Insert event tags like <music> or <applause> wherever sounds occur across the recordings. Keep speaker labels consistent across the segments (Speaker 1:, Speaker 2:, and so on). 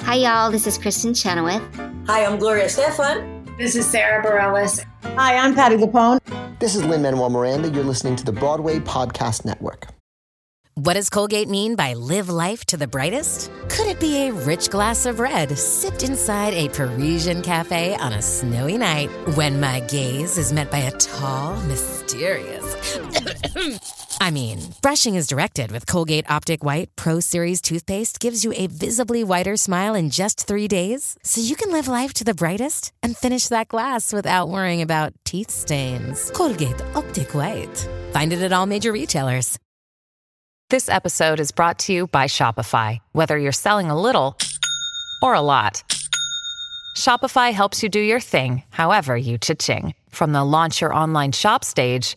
Speaker 1: Hi, y'all. This is Kristen Chenoweth.
Speaker 2: Hi, I'm Gloria Stefan.
Speaker 3: This is Sarah Bareilles.
Speaker 4: Hi, I'm Patty Lapone.
Speaker 5: This is Lynn Manuel Miranda. You're listening to the Broadway Podcast Network.
Speaker 6: What does Colgate mean by live life to the brightest? Could it be a rich glass of red sipped inside a Parisian cafe on a snowy night when my gaze is met by a tall, mysterious. <coughs> I mean, brushing is directed with Colgate Optic White Pro Series toothpaste gives you a visibly whiter smile in just three days, so you can live life to the brightest and finish that glass without worrying about teeth stains. Colgate Optic White. Find it at all major retailers.
Speaker 7: This episode is brought to you by Shopify. Whether you're selling a little or a lot, Shopify helps you do your thing, however you cha-ching. From the launch your online shop stage,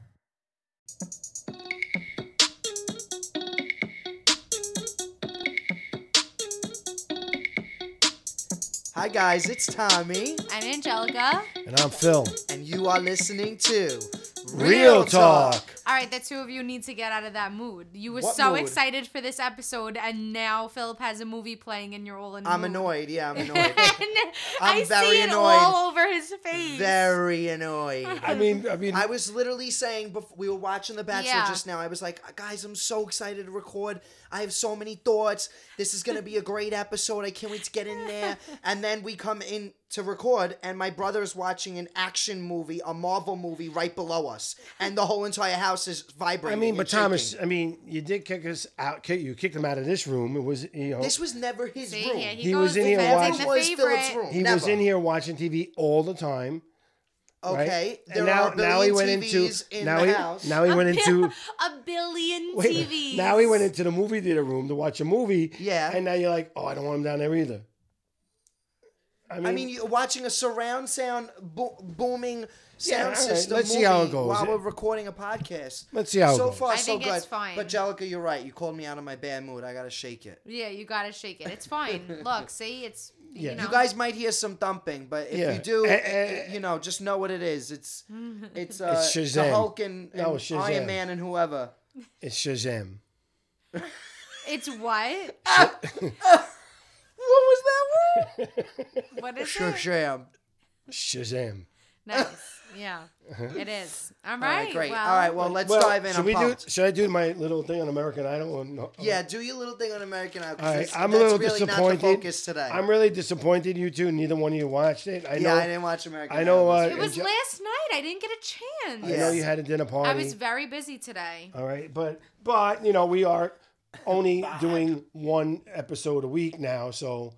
Speaker 5: Hi, guys. It's Tommy.
Speaker 8: I'm Angelica.
Speaker 9: And I'm Phil.
Speaker 5: And you are listening to
Speaker 9: Real Talk.
Speaker 8: All right, the two of you need to get out of that mood. You were
Speaker 5: What
Speaker 8: so
Speaker 5: mood?
Speaker 8: excited for this episode, and now Philip has a movie playing, and you're all in. a
Speaker 5: I'm
Speaker 8: mood.
Speaker 5: annoyed. Yeah, I'm
Speaker 9: <laughs>
Speaker 5: annoyed.
Speaker 8: <laughs> And
Speaker 5: I'm
Speaker 8: I
Speaker 5: very
Speaker 8: see it
Speaker 5: annoyed.
Speaker 8: all over his face.
Speaker 5: Very annoyed.
Speaker 9: I mean, I mean,
Speaker 5: I was literally saying before we were watching The Bachelor
Speaker 8: Yeah.
Speaker 5: just now. I was like, guys, I'm so excited to record. I have so many thoughts. This is gonna be a great episode. I can't wait to get
Speaker 8: <laughs>
Speaker 5: in there. And then we come in to record, and my brother is watching an action movie, a Marvel movie, right below us, and the whole entire house is
Speaker 9: I
Speaker 5: vibrating.
Speaker 9: mean,
Speaker 5: and
Speaker 9: but Thomas,
Speaker 5: shaking.
Speaker 9: I mean, you did kick us out. Kick, you kicked him out of this room. It was, you know,
Speaker 5: this was never his
Speaker 8: See,
Speaker 5: room.
Speaker 8: yeah, he,
Speaker 9: He
Speaker 8: goes
Speaker 9: was in here
Speaker 8: defending
Speaker 9: watching-
Speaker 8: the
Speaker 5: was
Speaker 8: favorite.
Speaker 5: Philip's room.
Speaker 9: he was
Speaker 5: never.
Speaker 9: in here watching TV all the time. right?
Speaker 5: Okay,
Speaker 9: And
Speaker 5: there
Speaker 9: now,
Speaker 5: are a billion
Speaker 9: now he went
Speaker 5: TVs
Speaker 9: into
Speaker 5: in
Speaker 9: now
Speaker 5: the
Speaker 9: he
Speaker 5: house.
Speaker 9: now he went into
Speaker 8: a billion
Speaker 9: <laughs> wait,
Speaker 8: TVs.
Speaker 9: now he went into the movie theater room to watch a movie.
Speaker 5: Yeah.
Speaker 9: and now you're like, oh, I don't want him down there either. I mean,
Speaker 5: I mean, you're watching a surround sound bo- booming
Speaker 9: Yeah, all
Speaker 5: sound
Speaker 9: right.
Speaker 5: system
Speaker 9: Let's see
Speaker 5: movie
Speaker 9: how it goes.
Speaker 5: while we're recording a podcast.
Speaker 9: Let's see how it
Speaker 5: so
Speaker 9: goes.
Speaker 5: far,
Speaker 8: I
Speaker 5: so
Speaker 8: think
Speaker 5: good.
Speaker 8: it's fine.
Speaker 5: But Jellica, you're right. You called me out of my bad mood. I gotta shake it.
Speaker 8: Yeah, you gotta shake it. It's
Speaker 5: <laughs>
Speaker 8: fine. Look, see, it's
Speaker 9: Yeah.
Speaker 8: you
Speaker 9: You
Speaker 8: know.
Speaker 5: You guys might hear some thumping, but if
Speaker 9: Yeah.
Speaker 5: you do,
Speaker 9: Eh,
Speaker 5: it-
Speaker 9: eh,
Speaker 5: it- you know, just know what it
Speaker 8: <laughs>
Speaker 5: is. It's it's uh,
Speaker 9: It's
Speaker 5: the
Speaker 9: Shazam.
Speaker 5: Hulk and,
Speaker 9: No,
Speaker 5: and Iron
Speaker 9: Shazam.
Speaker 5: Man and whoever.
Speaker 9: it's Shazam. <laughs>
Speaker 8: it's what?
Speaker 5: What was that word?
Speaker 8: What is it?
Speaker 5: Shazam.
Speaker 9: Shazam.
Speaker 8: Nice.
Speaker 5: <laughs>
Speaker 8: Yeah, it is. All right.
Speaker 5: All right, great.
Speaker 8: Well,
Speaker 5: All right, well, let's
Speaker 9: Well,
Speaker 5: dive in.
Speaker 9: Should
Speaker 5: I'm
Speaker 9: we
Speaker 5: pumped.
Speaker 9: do? Should I do my little thing on American Idol? Or no?
Speaker 5: Yeah, do your little thing on American Idol. 'cause
Speaker 9: All right,
Speaker 5: that's-
Speaker 9: I'm a
Speaker 5: that's
Speaker 9: little
Speaker 5: really
Speaker 9: disappointed.
Speaker 5: Not the focus today.
Speaker 9: I'm really disappointed you two. Neither one of you watched it. I
Speaker 5: yeah,
Speaker 9: know.
Speaker 5: I didn't watch American.
Speaker 9: I know,
Speaker 5: Idol.
Speaker 9: uh,
Speaker 8: it was
Speaker 9: Angel-
Speaker 8: last night. I didn't get a chance.
Speaker 9: I know you had a dinner party.
Speaker 8: I was very busy today.
Speaker 9: All right, but but you know we are only doing one episode a week now, so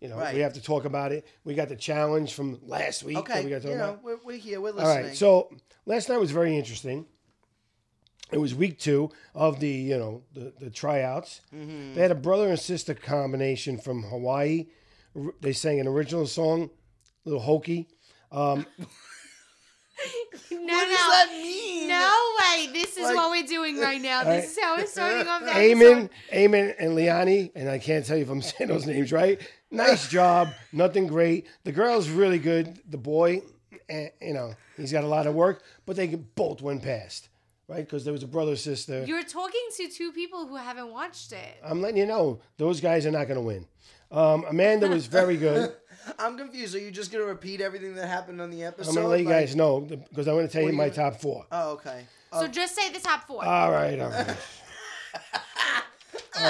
Speaker 9: you know
Speaker 5: Right.
Speaker 9: we have to talk about it. We got the challenge from last week.
Speaker 5: Okay,
Speaker 9: that we got to talk
Speaker 5: you know,
Speaker 9: about.
Speaker 5: we're, we're here, we're
Speaker 9: All
Speaker 5: listening.
Speaker 9: right, so last night was very interesting. It was week two of the you know the the tryouts. They had a brother and sister combination from Hawaii. R- They sang an original song, little hokey. Um,
Speaker 8: No, no.
Speaker 5: what does that mean?
Speaker 8: No way. This is
Speaker 5: Like-
Speaker 8: what we're doing right
Speaker 9: <laughs>
Speaker 8: now. This is how we're starting off the
Speaker 9: Eamon,
Speaker 8: episode.
Speaker 9: Eamon, and Liani, and I can't tell you if I'm <laughs> saying those names right. Nice job. Nothing great. The girl's really good. The boy, eh, you know, he's got a lot of work, but they could- both went past, right? Because there was a brother sister.
Speaker 8: You're talking to two people who haven't watched it.
Speaker 9: I'm letting you know those guys are not going to win. Um, Amanda was very good.
Speaker 5: I'm confused. Are you just gonna repeat everything that happened on the episode?
Speaker 9: I'm going to let you
Speaker 5: Like-
Speaker 9: guys know because I want to tell you my top four.
Speaker 5: Oh, okay.
Speaker 9: uh,
Speaker 8: So just say the top four.
Speaker 9: All right, all right, <laughs>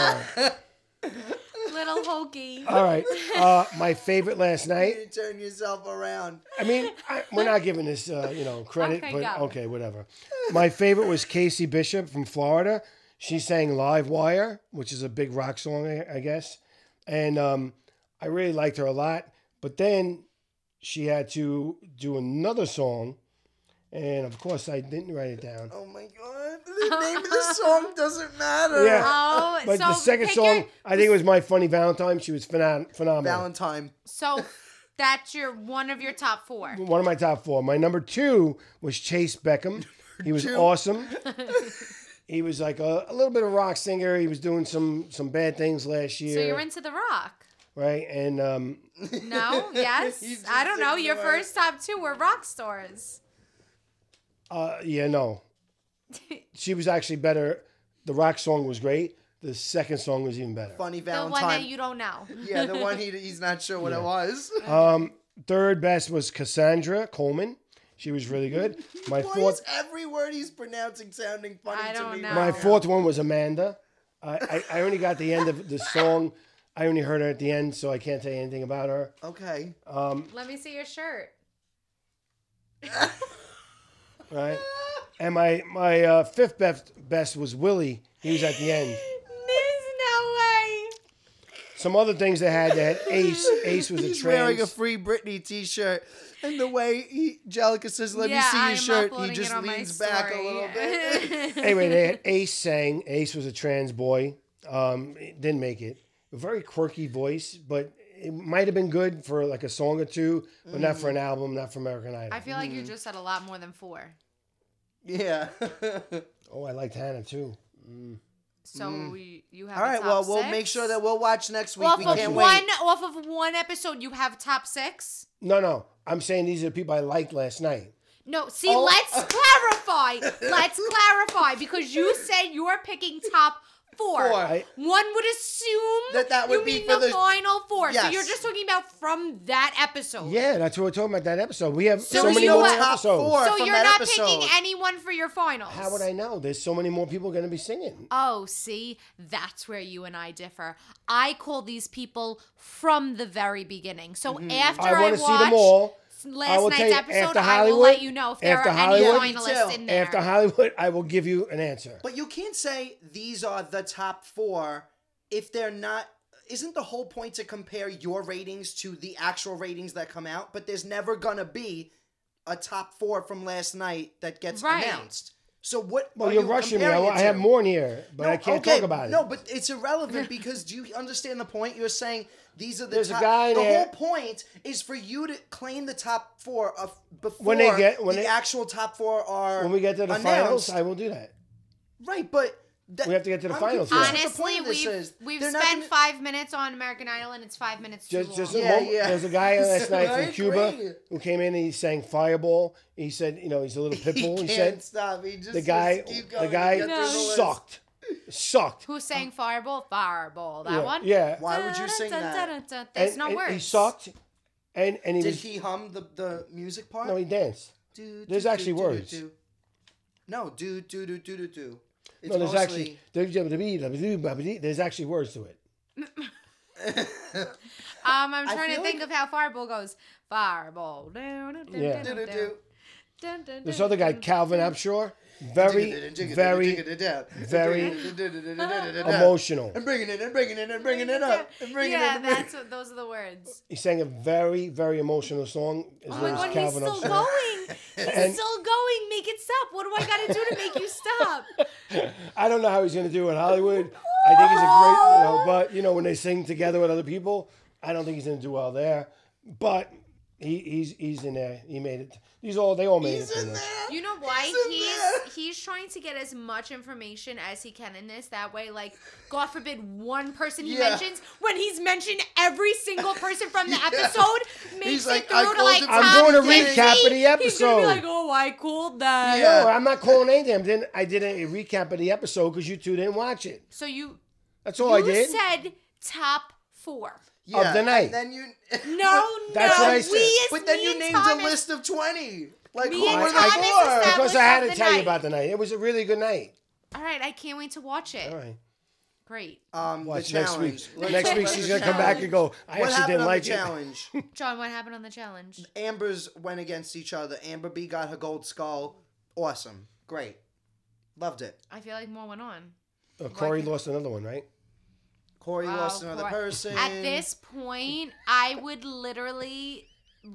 Speaker 8: Little hokey.
Speaker 9: all right. Uh, my favorite last night.
Speaker 5: You turn yourself around.
Speaker 9: I mean, I, we're not giving this, uh, you know, credit,
Speaker 8: Okay,
Speaker 9: but
Speaker 8: go.
Speaker 9: okay, whatever. My favorite was Casey Bishop from Florida. She sang "Live Wire," which is a big rock song, I I guess, and um, I really liked her a lot. But then she had to do another song, and of course, I didn't write it down.
Speaker 5: Oh my god. The name of the song
Speaker 9: <laughs>
Speaker 5: doesn't matter.
Speaker 9: Yeah.
Speaker 8: Oh,
Speaker 9: But
Speaker 8: so
Speaker 9: the second
Speaker 8: pick
Speaker 9: song,
Speaker 8: your-
Speaker 9: I think it was "My Funny Valentine." She was phenom- phenomenal.
Speaker 5: Valentine.
Speaker 8: so that's your one of your top four.
Speaker 9: one of my top four. My number two was Chase Beckham. He was awesome. He was like a, a little bit of rock singer. He was doing some some bad things last year,
Speaker 8: So you're into The Rock.
Speaker 9: right? And um, <laughs>
Speaker 8: No? Yes? I don't know. Your
Speaker 5: ignored.
Speaker 8: first top two were rock stars.
Speaker 9: uh, yeah, no,
Speaker 8: <laughs>
Speaker 9: she was actually better. The rock song was great. The second song was even better.
Speaker 5: Funny
Speaker 8: The one that
Speaker 5: Valentine.
Speaker 8: you don't know.
Speaker 5: <laughs> yeah, the one he, he's not sure what it was.
Speaker 9: Third best was Cassandra Coleman. She was really good. My
Speaker 5: Why
Speaker 9: fourth
Speaker 5: is every word he's pronouncing sounding funny
Speaker 8: I
Speaker 5: to
Speaker 8: don't
Speaker 5: me?
Speaker 8: know.
Speaker 9: My
Speaker 8: Oh.
Speaker 9: fourth one was Amanda. I, I, I only got the end of the song. I only heard her at the end, so I can't tell you anything about her.
Speaker 5: Okay.
Speaker 8: Let me see your shirt.
Speaker 9: Right. And my my uh, fifth best best was Willie. He was at the end.
Speaker 8: There's no way.
Speaker 9: Some other things they had. They had Ace. Ace was
Speaker 5: He's
Speaker 9: a
Speaker 5: wearing
Speaker 9: trans.
Speaker 5: a free Britney T-shirt, and the way he, Jellica says, "Let me
Speaker 8: Yeah,
Speaker 5: see your
Speaker 8: I'm
Speaker 5: shirt," he
Speaker 8: uploading it
Speaker 5: just
Speaker 8: on my
Speaker 5: leans back a
Speaker 8: story.
Speaker 5: little
Speaker 8: <laughs>
Speaker 5: bit.
Speaker 9: anyway, they had Ace sang. Ace was a trans boy. Um, it didn't make it. A very quirky voice, but it might have been good for like a song or two, but not
Speaker 5: Mm.
Speaker 9: for an album, not for American Idol.
Speaker 8: I feel like you just said a lot more than four.
Speaker 5: yeah.
Speaker 9: oh, I liked Hannah too.
Speaker 8: So you, you have
Speaker 5: <laughs> Mm. All
Speaker 8: a
Speaker 5: right.
Speaker 8: top
Speaker 5: Well, we'll
Speaker 8: six?
Speaker 5: make sure that we'll watch next week.
Speaker 8: off
Speaker 5: we
Speaker 8: of
Speaker 5: can't
Speaker 8: one
Speaker 5: wait.
Speaker 8: off of one episode you have top six.
Speaker 9: No, no. I'm saying these are the people I liked last night.
Speaker 8: No, see,
Speaker 5: Oh. <laughs>
Speaker 8: let's clarify. Let's clarify because you said you are picking top four.
Speaker 5: Four.
Speaker 9: I-
Speaker 8: One would assume
Speaker 5: That that would
Speaker 8: you
Speaker 5: be
Speaker 8: mean
Speaker 5: for
Speaker 8: the,
Speaker 5: the-
Speaker 8: final four. So
Speaker 5: Yes.
Speaker 8: you're just talking about from that episode.
Speaker 9: Yeah, that's what we're talking about that episode. We have so,
Speaker 8: So
Speaker 9: many
Speaker 8: you
Speaker 9: more
Speaker 8: were-
Speaker 5: Top
Speaker 9: episodes.
Speaker 5: four.
Speaker 8: So
Speaker 5: from
Speaker 8: you're
Speaker 5: that
Speaker 8: not picking
Speaker 5: episode.
Speaker 8: anyone for your finals.
Speaker 9: How would I know? There's so many more people going to be singing.
Speaker 8: Oh, see, that's where you and I differ. I call these people from the very beginning. So after
Speaker 9: I
Speaker 8: I,
Speaker 9: want to
Speaker 8: watch
Speaker 9: see them all. I
Speaker 8: last
Speaker 9: will
Speaker 8: night's
Speaker 9: tell you,
Speaker 8: episode,
Speaker 9: after
Speaker 8: I will
Speaker 9: Hollywood-
Speaker 8: let you know if there
Speaker 9: after
Speaker 8: are
Speaker 9: Hollywood-
Speaker 8: any
Speaker 5: Yeah, me
Speaker 8: finalists
Speaker 5: too.
Speaker 8: in there.
Speaker 9: After Hollywood, I will give you an answer.
Speaker 5: But you can't say these are the top four if they're not. Isn't the whole point to compare your ratings to the actual ratings that come out? But there's never gonna be a top four from last night that gets
Speaker 8: Right.
Speaker 5: announced. So what?
Speaker 9: well,
Speaker 5: are
Speaker 9: you're
Speaker 5: you
Speaker 9: rushing me. I,
Speaker 5: comparing it
Speaker 9: I have
Speaker 5: to?
Speaker 9: more in here, but
Speaker 5: No,
Speaker 9: I can't
Speaker 5: okay,
Speaker 9: talk about it.
Speaker 5: No, but it's irrelevant because do you understand the point? You're saying these are the
Speaker 9: There's a
Speaker 5: top.
Speaker 9: guy
Speaker 5: the
Speaker 9: there-
Speaker 5: whole point is for you to claim the top four of before
Speaker 9: When they get- when
Speaker 5: the
Speaker 9: they-
Speaker 5: actual top four are
Speaker 9: when we get to the finals,
Speaker 5: announced.
Speaker 9: I will do that.
Speaker 5: Right, but that,
Speaker 9: We have to get to the
Speaker 5: I'm
Speaker 9: finals
Speaker 5: confused what
Speaker 9: first.
Speaker 5: the
Speaker 8: Honestly,
Speaker 5: point of this
Speaker 8: we've,
Speaker 5: is.
Speaker 8: we've
Speaker 5: They're
Speaker 8: spent
Speaker 5: not gonna-
Speaker 8: five minutes on American Idol and it's five minutes too
Speaker 9: Just, just
Speaker 8: long.
Speaker 9: a
Speaker 5: Yeah,
Speaker 9: moment.
Speaker 5: yeah.
Speaker 9: There's a guy last night
Speaker 5: I
Speaker 9: from Cuba
Speaker 5: agree.
Speaker 9: who came in and he sang Fireball. He said, you know, he's a little pit bull.
Speaker 5: He
Speaker 9: He,
Speaker 5: can't
Speaker 9: said
Speaker 5: stop. He just
Speaker 9: the guy,
Speaker 5: just keep
Speaker 9: the
Speaker 5: going.
Speaker 9: guy
Speaker 5: Get through the list.
Speaker 9: sucked, sucked.
Speaker 8: Who sang Fireball? Fireball. That
Speaker 9: yeah,
Speaker 8: one?
Speaker 9: yeah.
Speaker 5: Why would you sing that?
Speaker 8: There's
Speaker 9: and,
Speaker 8: no
Speaker 9: and
Speaker 8: words.
Speaker 9: He sucked, and and he
Speaker 5: Did
Speaker 9: was
Speaker 5: he hum the, the music part?
Speaker 9: no, he danced.
Speaker 5: Do,
Speaker 9: there's
Speaker 5: do,
Speaker 9: actually
Speaker 5: do, do,
Speaker 9: words.
Speaker 5: do. No, do do do do do do. It's
Speaker 9: No, there's E,
Speaker 5: mostly
Speaker 9: actually there's actually words to it.
Speaker 8: Um, I'm
Speaker 5: I
Speaker 8: trying to
Speaker 5: feel
Speaker 8: think
Speaker 5: like-
Speaker 8: of how Fireball goes. Fireball. Dun, dun, dun,
Speaker 9: Yeah.
Speaker 8: dun,
Speaker 5: do do
Speaker 8: dun,
Speaker 5: do.
Speaker 8: dun, dun,
Speaker 9: This
Speaker 8: dun,
Speaker 9: other guy,
Speaker 8: dun.
Speaker 9: Calvin, I'm sure, very, very very emotional.
Speaker 5: And bringing it and bringing it and bringing it up and bringing
Speaker 8: yeah,
Speaker 5: it. and
Speaker 8: that's what, those are the
Speaker 5: <laughs>
Speaker 8: words.
Speaker 9: He sang a very, very emotional song. His
Speaker 8: Oh my
Speaker 9: name is
Speaker 8: god, he's
Speaker 9: Calvin. I'm
Speaker 8: still
Speaker 9: sure.
Speaker 8: going. He's
Speaker 9: And-
Speaker 8: still going. Make it stop. What do I got to do to make you
Speaker 5: <laughs>
Speaker 8: stop?
Speaker 9: I don't know how he's going to do in Hollywood. I think he's a great, you know, but you know when they sing together with other people, I don't think he's going to do well there. But he, he's he's in there. He made it. These all they all made it. in there.
Speaker 8: You know why
Speaker 5: in there.
Speaker 8: he's he's trying to get as much information as he can in this. That way, like God forbid, one person he
Speaker 5: Yeah.
Speaker 8: mentions when he's mentioned every single person from
Speaker 5: <laughs>
Speaker 8: the episode makes
Speaker 5: He's
Speaker 8: it
Speaker 5: like,
Speaker 8: through
Speaker 5: I
Speaker 8: to
Speaker 5: called
Speaker 8: like
Speaker 5: him
Speaker 8: top
Speaker 5: I'm
Speaker 9: doing a
Speaker 8: 50.
Speaker 9: recap of the
Speaker 8: He's gonna
Speaker 9: episode.
Speaker 8: be like, oh, I called that.
Speaker 5: Yeah.
Speaker 9: No, I'm not calling anything. I didn't. I did a recap of the episode because you two didn't watch it.
Speaker 8: So you
Speaker 9: That's all I
Speaker 8: you
Speaker 9: did.
Speaker 8: said top four.
Speaker 5: Yeah,
Speaker 9: <laughs> Of the
Speaker 5: and
Speaker 9: night.
Speaker 5: Then you. <laughs>
Speaker 8: No,
Speaker 9: that's
Speaker 8: no,
Speaker 9: what I
Speaker 8: we
Speaker 9: said.
Speaker 8: is
Speaker 5: But then
Speaker 8: me
Speaker 5: you
Speaker 8: and
Speaker 5: named
Speaker 8: Thomas.
Speaker 5: a list of twenty. Like
Speaker 8: Me
Speaker 5: who
Speaker 8: and
Speaker 5: were
Speaker 8: Thomas
Speaker 5: the four?
Speaker 8: established-
Speaker 9: because I had to
Speaker 8: of the
Speaker 9: tell you
Speaker 8: night.
Speaker 9: about the night. It was a really good night.
Speaker 8: All right, I can't wait to watch it.
Speaker 9: All right.
Speaker 8: Great,
Speaker 5: Um,
Speaker 9: Watch
Speaker 5: Eh, the
Speaker 9: next week.
Speaker 5: challenge. Let's
Speaker 9: next
Speaker 5: talk
Speaker 9: week
Speaker 5: about
Speaker 9: she's
Speaker 5: the
Speaker 9: gonna come back and go. I
Speaker 5: What
Speaker 9: actually
Speaker 5: happened
Speaker 9: didn't
Speaker 5: on
Speaker 9: like
Speaker 5: the
Speaker 9: it.
Speaker 5: challenge?
Speaker 8: John. What happened on the challenge?
Speaker 5: Amber's went against each other. Amber B got her gold skull. Awesome. Great. Loved it.
Speaker 8: I feel like more went on.
Speaker 9: Uh, Corey lost another one, right? <laughs>
Speaker 5: Corey
Speaker 8: Wow,
Speaker 5: lost another
Speaker 8: Corey.
Speaker 5: person.
Speaker 8: Oh, At this point, I would literally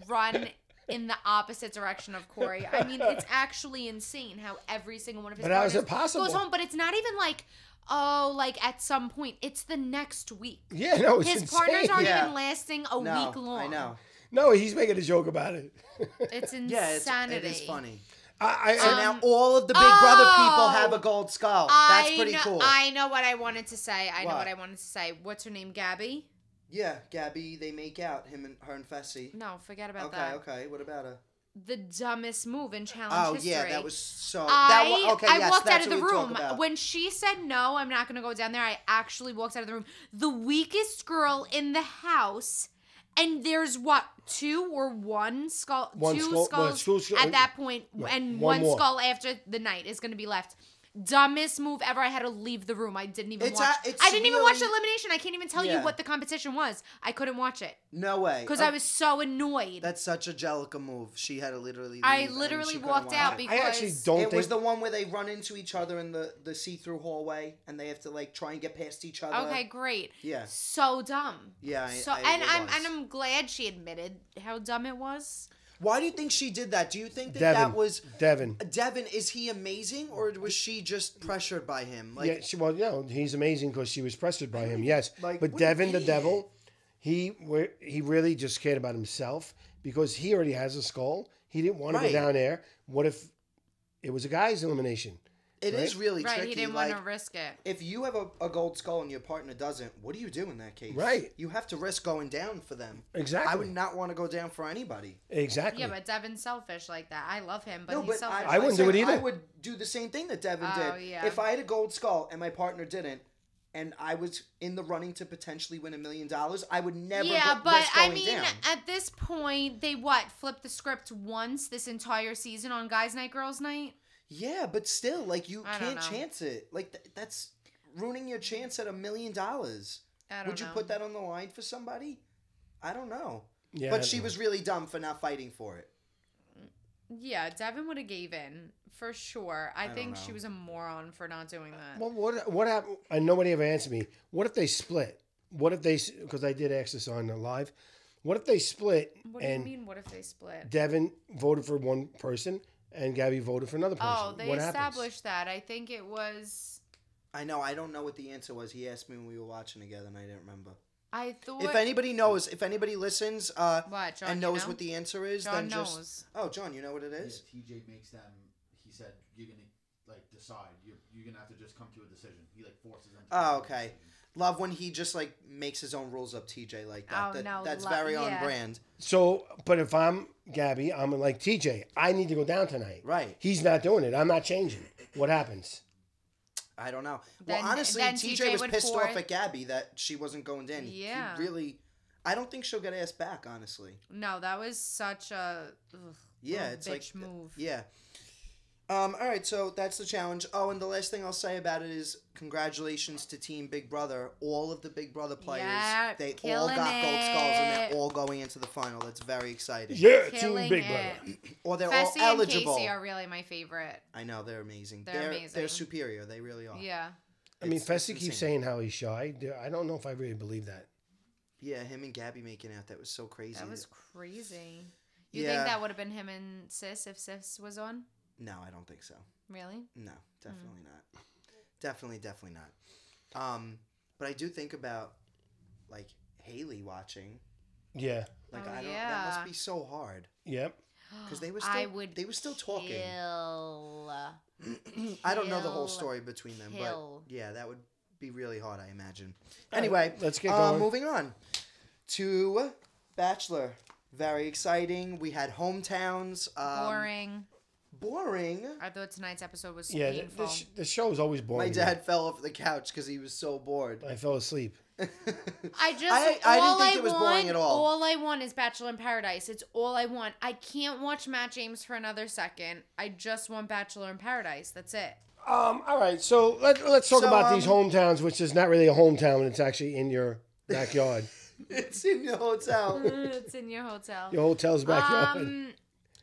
Speaker 8: run in the opposite direction of Corey. I
Speaker 9: <laughs>
Speaker 8: mean, it's actually insane how every single one of his
Speaker 9: But how is it
Speaker 8: partners
Speaker 9: possible?
Speaker 8: goes home. But it's not even like, oh, like at some point. It's the next week.
Speaker 9: Yeah, no, Oh, it's
Speaker 8: His
Speaker 9: insane.
Speaker 8: partners aren't
Speaker 5: Yeah.
Speaker 8: even lasting a
Speaker 5: no,
Speaker 8: week long.
Speaker 5: I know.
Speaker 9: No, he's making a joke about it. <laughs>
Speaker 8: It's insanity.
Speaker 5: Yeah, it's, it is funny.
Speaker 9: I,
Speaker 5: So
Speaker 9: I,
Speaker 5: now all of the Big Brother people
Speaker 8: Um, oh.
Speaker 5: have a gold skull.
Speaker 8: I
Speaker 5: Oh, That's pretty
Speaker 8: know,
Speaker 5: cool.
Speaker 8: I know what I wanted to say. I know
Speaker 5: What?
Speaker 8: what I wanted to say. What's her name? Gabby?
Speaker 5: yeah, Gabby, they make out him and her and Fessy.
Speaker 8: No, forget about
Speaker 5: Okay,
Speaker 8: that.
Speaker 5: okay. What about her?
Speaker 8: The dumbest move in challenge
Speaker 5: Oh
Speaker 8: history.
Speaker 5: yeah, that was so. Oh, that
Speaker 8: I,
Speaker 5: wa- okay,
Speaker 8: I
Speaker 5: yes,
Speaker 8: walked out
Speaker 5: that's
Speaker 8: of
Speaker 5: what
Speaker 8: the
Speaker 5: we talk
Speaker 8: room
Speaker 5: about.
Speaker 8: when she said no. I'm not gonna go down there. I actually walked out of the room. The weakest girl in the house, and there's what two or one skull,
Speaker 9: One
Speaker 8: two
Speaker 9: skull- well,
Speaker 8: skulls
Speaker 9: two skull-
Speaker 5: oh,
Speaker 8: at that point, and
Speaker 9: one
Speaker 8: one,
Speaker 9: more.
Speaker 8: skull after the night is gonna be left. Dumbest move ever. I had to leave the room. I didn't even
Speaker 5: It's
Speaker 8: watch.
Speaker 5: a- it's
Speaker 8: I didn't even watch
Speaker 5: really-
Speaker 8: elimination. I can't even tell
Speaker 5: Yeah.
Speaker 8: you what the competition was. I couldn't watch it
Speaker 5: no way.
Speaker 8: because
Speaker 5: Oh,
Speaker 8: I was so annoyed.
Speaker 5: That's such a Jellica move. She had to literally. Leave
Speaker 8: I
Speaker 5: and she
Speaker 8: literally
Speaker 5: couldn't
Speaker 8: walked
Speaker 5: watch
Speaker 8: out
Speaker 5: it.
Speaker 8: because
Speaker 9: I actually don't
Speaker 5: it
Speaker 9: think
Speaker 5: was the one where they run into each other in the the see through hallway, and they have to like try and get past each other.
Speaker 8: Okay, great.
Speaker 5: Yeah.
Speaker 8: So dumb.
Speaker 5: Yeah, I-
Speaker 8: so
Speaker 5: I-
Speaker 8: and
Speaker 5: it
Speaker 8: I'm
Speaker 5: was.
Speaker 8: and I'm glad she admitted how dumb it was.
Speaker 5: Why do you think she did that? Do you think that
Speaker 9: Devin.
Speaker 5: that was uh,
Speaker 9: Devin.
Speaker 5: Devin? Is he amazing, or was she just pressured by him? Like,
Speaker 9: yeah, she, well, you know, he's amazing because she was pressured by him. Yes,
Speaker 5: <laughs> Like,
Speaker 9: but
Speaker 5: what an
Speaker 9: Devin the
Speaker 5: idiot.
Speaker 9: Devil, he wa- he really just cared about himself because he already has a skull. He didn't want
Speaker 5: Right.
Speaker 9: to go down there. What if it was a guy's elimination?
Speaker 5: it is
Speaker 9: right?
Speaker 5: really
Speaker 8: Right,
Speaker 5: tricky.
Speaker 8: he didn't
Speaker 5: like,
Speaker 8: want to risk it.
Speaker 5: if you have a, a gold skull and your partner doesn't, what do you do in that case?
Speaker 9: Right.
Speaker 5: You have to risk going down for them.
Speaker 9: Exactly.
Speaker 5: I would not want to go down for anybody.
Speaker 9: Exactly.
Speaker 8: Yeah, but Devin's selfish like that. I love him, but
Speaker 5: no,
Speaker 8: he's
Speaker 5: but I,
Speaker 8: selfish.
Speaker 9: I wouldn't do
Speaker 5: said
Speaker 9: it either.
Speaker 5: I would do the same thing that Devin
Speaker 8: Oh,
Speaker 5: did.
Speaker 8: yeah.
Speaker 5: If I had a gold skull and my partner didn't, and I was in the running to potentially win a million dollars, I would never.
Speaker 8: yeah,
Speaker 5: go,
Speaker 8: but
Speaker 5: risk
Speaker 8: I
Speaker 5: going
Speaker 8: mean, uh,
Speaker 5: down.
Speaker 8: at this point, they what flipped the script once this entire season on guys' night, girls' night.
Speaker 5: yeah, but still, like you
Speaker 8: I don't
Speaker 5: can't
Speaker 8: know.
Speaker 5: chance it. Like th- that's ruining your chance at a million dollars.
Speaker 8: I don't
Speaker 5: Would you
Speaker 8: know.
Speaker 5: put that on the line for somebody? I don't know.
Speaker 9: Yeah, I
Speaker 5: but
Speaker 9: don't
Speaker 5: she
Speaker 9: know.
Speaker 5: was really dumb for not fighting for it.
Speaker 8: Yeah, Devin would have gave in for sure. I,
Speaker 5: don't
Speaker 8: think she
Speaker 5: know.
Speaker 8: was a moron for not doing that.
Speaker 9: Well, what what happened? And nobody ever answered me. What if they split? What if they? Because I did ask this on the live. What if they split
Speaker 8: what do you
Speaker 9: and
Speaker 8: mean? What if they split?
Speaker 9: Devin voted for one person and Gabby voted for another person?
Speaker 8: Oh, they
Speaker 9: what happens?
Speaker 8: established that. I think it was.
Speaker 5: I know. I don't know what the answer was. He asked me when we were watching together, and I didn't remember.
Speaker 8: I thought.
Speaker 5: If anybody knows, if anybody listens uh,
Speaker 8: What, John,
Speaker 5: and
Speaker 8: you
Speaker 5: knows
Speaker 8: know?
Speaker 5: what the answer is,
Speaker 8: John
Speaker 5: then just
Speaker 8: knows.
Speaker 5: oh, John, you know what it is.
Speaker 4: Yeah, TJ makes them. He said you're gonna like decide. You're you're gonna have to just come to a decision. He like forces them. To
Speaker 5: Oh,
Speaker 4: come to a
Speaker 5: okay.
Speaker 4: decision.
Speaker 5: Love when he just like makes his own rules up, TJ, like that.
Speaker 8: Oh,
Speaker 5: That-
Speaker 8: no,
Speaker 5: that's
Speaker 8: lo-
Speaker 5: very on
Speaker 8: yeah.
Speaker 5: brand.
Speaker 9: So, but if I'm Gabby, I'm like TJ. I need to go down tonight.
Speaker 5: Right.
Speaker 9: He's not doing it. I'm not changing. What happens?
Speaker 5: I don't know.
Speaker 8: Then-
Speaker 5: well, honestly,
Speaker 8: then
Speaker 5: TJ,
Speaker 8: TJ
Speaker 5: was
Speaker 8: would
Speaker 5: pissed off
Speaker 8: forth-
Speaker 5: at Gabby that she wasn't going in. He
Speaker 8: Yeah.
Speaker 5: really, I don't think she'll get asked back. Honestly.
Speaker 8: No, that was such a ugh,
Speaker 5: Yeah,
Speaker 8: little
Speaker 5: it's
Speaker 8: bitch
Speaker 5: like
Speaker 8: move.
Speaker 5: Yeah. Um, all right, so that's the challenge. Oh, and the last thing I'll say about it is congratulations to Team Big Brother. All of the Big Brother players,
Speaker 8: Yeah,
Speaker 5: they all
Speaker 8: killing
Speaker 5: got gold skulls and
Speaker 8: it.
Speaker 5: they're all going into the final. That's very exciting.
Speaker 9: Yeah,
Speaker 8: Killing it.
Speaker 5: Or they're
Speaker 8: Fessy
Speaker 5: all
Speaker 8: and
Speaker 5: eligible.
Speaker 8: Casey are really my favorite.
Speaker 5: I know they're amazing.
Speaker 8: They're
Speaker 5: They're they're,
Speaker 8: amazing.
Speaker 5: superior. They really are.
Speaker 8: Yeah.
Speaker 9: I mean,
Speaker 5: It's- it's
Speaker 9: Fessy keeps
Speaker 5: insane.
Speaker 9: saying how he's shy. Dude, I don't know if I really believe that.
Speaker 5: Yeah, him and Gabby making out. That was so crazy.
Speaker 8: That was crazy. You
Speaker 5: Yeah.
Speaker 8: think that would have been him and Sis if Sis was on?
Speaker 5: no, I don't think so. <gasps>
Speaker 8: Really?
Speaker 5: No,
Speaker 8: Mm.
Speaker 5: definitely not. Definitely, definitely not. Um, but I do think about like Haley watching.
Speaker 9: Yeah.
Speaker 5: Like
Speaker 8: Oh,
Speaker 5: I don't. That must
Speaker 8: yeah.
Speaker 5: be so hard
Speaker 9: Yep.
Speaker 5: because they were still.
Speaker 8: I would.
Speaker 5: They were still talking.
Speaker 8: Kill.
Speaker 5: I don't know the whole
Speaker 8: kill-
Speaker 5: story between them,
Speaker 8: kill.
Speaker 5: but yeah, that would be really hard, I imagine. Anyway,
Speaker 9: let's get
Speaker 5: uh,
Speaker 9: going.
Speaker 5: Moving on to Bachelor. Very exciting. We had hometowns. Um,
Speaker 8: Boring.
Speaker 5: Boring.
Speaker 8: I thought tonight's episode was
Speaker 9: Yeah. th-
Speaker 8: painful.
Speaker 9: This sh- the show is always boring.
Speaker 5: My dad fell off the couch because he was so
Speaker 9: <laughs>
Speaker 5: bored.
Speaker 9: I fell asleep.
Speaker 8: I just
Speaker 5: I- I didn't
Speaker 8: all
Speaker 5: think
Speaker 8: I
Speaker 5: it was
Speaker 8: want,
Speaker 5: boring at all.
Speaker 8: I want is Bachelor in Paradise. It's all I want. I can't watch Matt James for another second. I just want Bachelor in Paradise. That's it.
Speaker 9: Um. All right. So let, let's talk
Speaker 5: So,
Speaker 9: about these
Speaker 5: um,
Speaker 9: hometowns, which is not really a hometown. It's actually in your backyard.
Speaker 5: It's in the hotel.
Speaker 9: <laughs>
Speaker 8: it's in your hotel.
Speaker 9: your hotel's backyard.
Speaker 8: Um,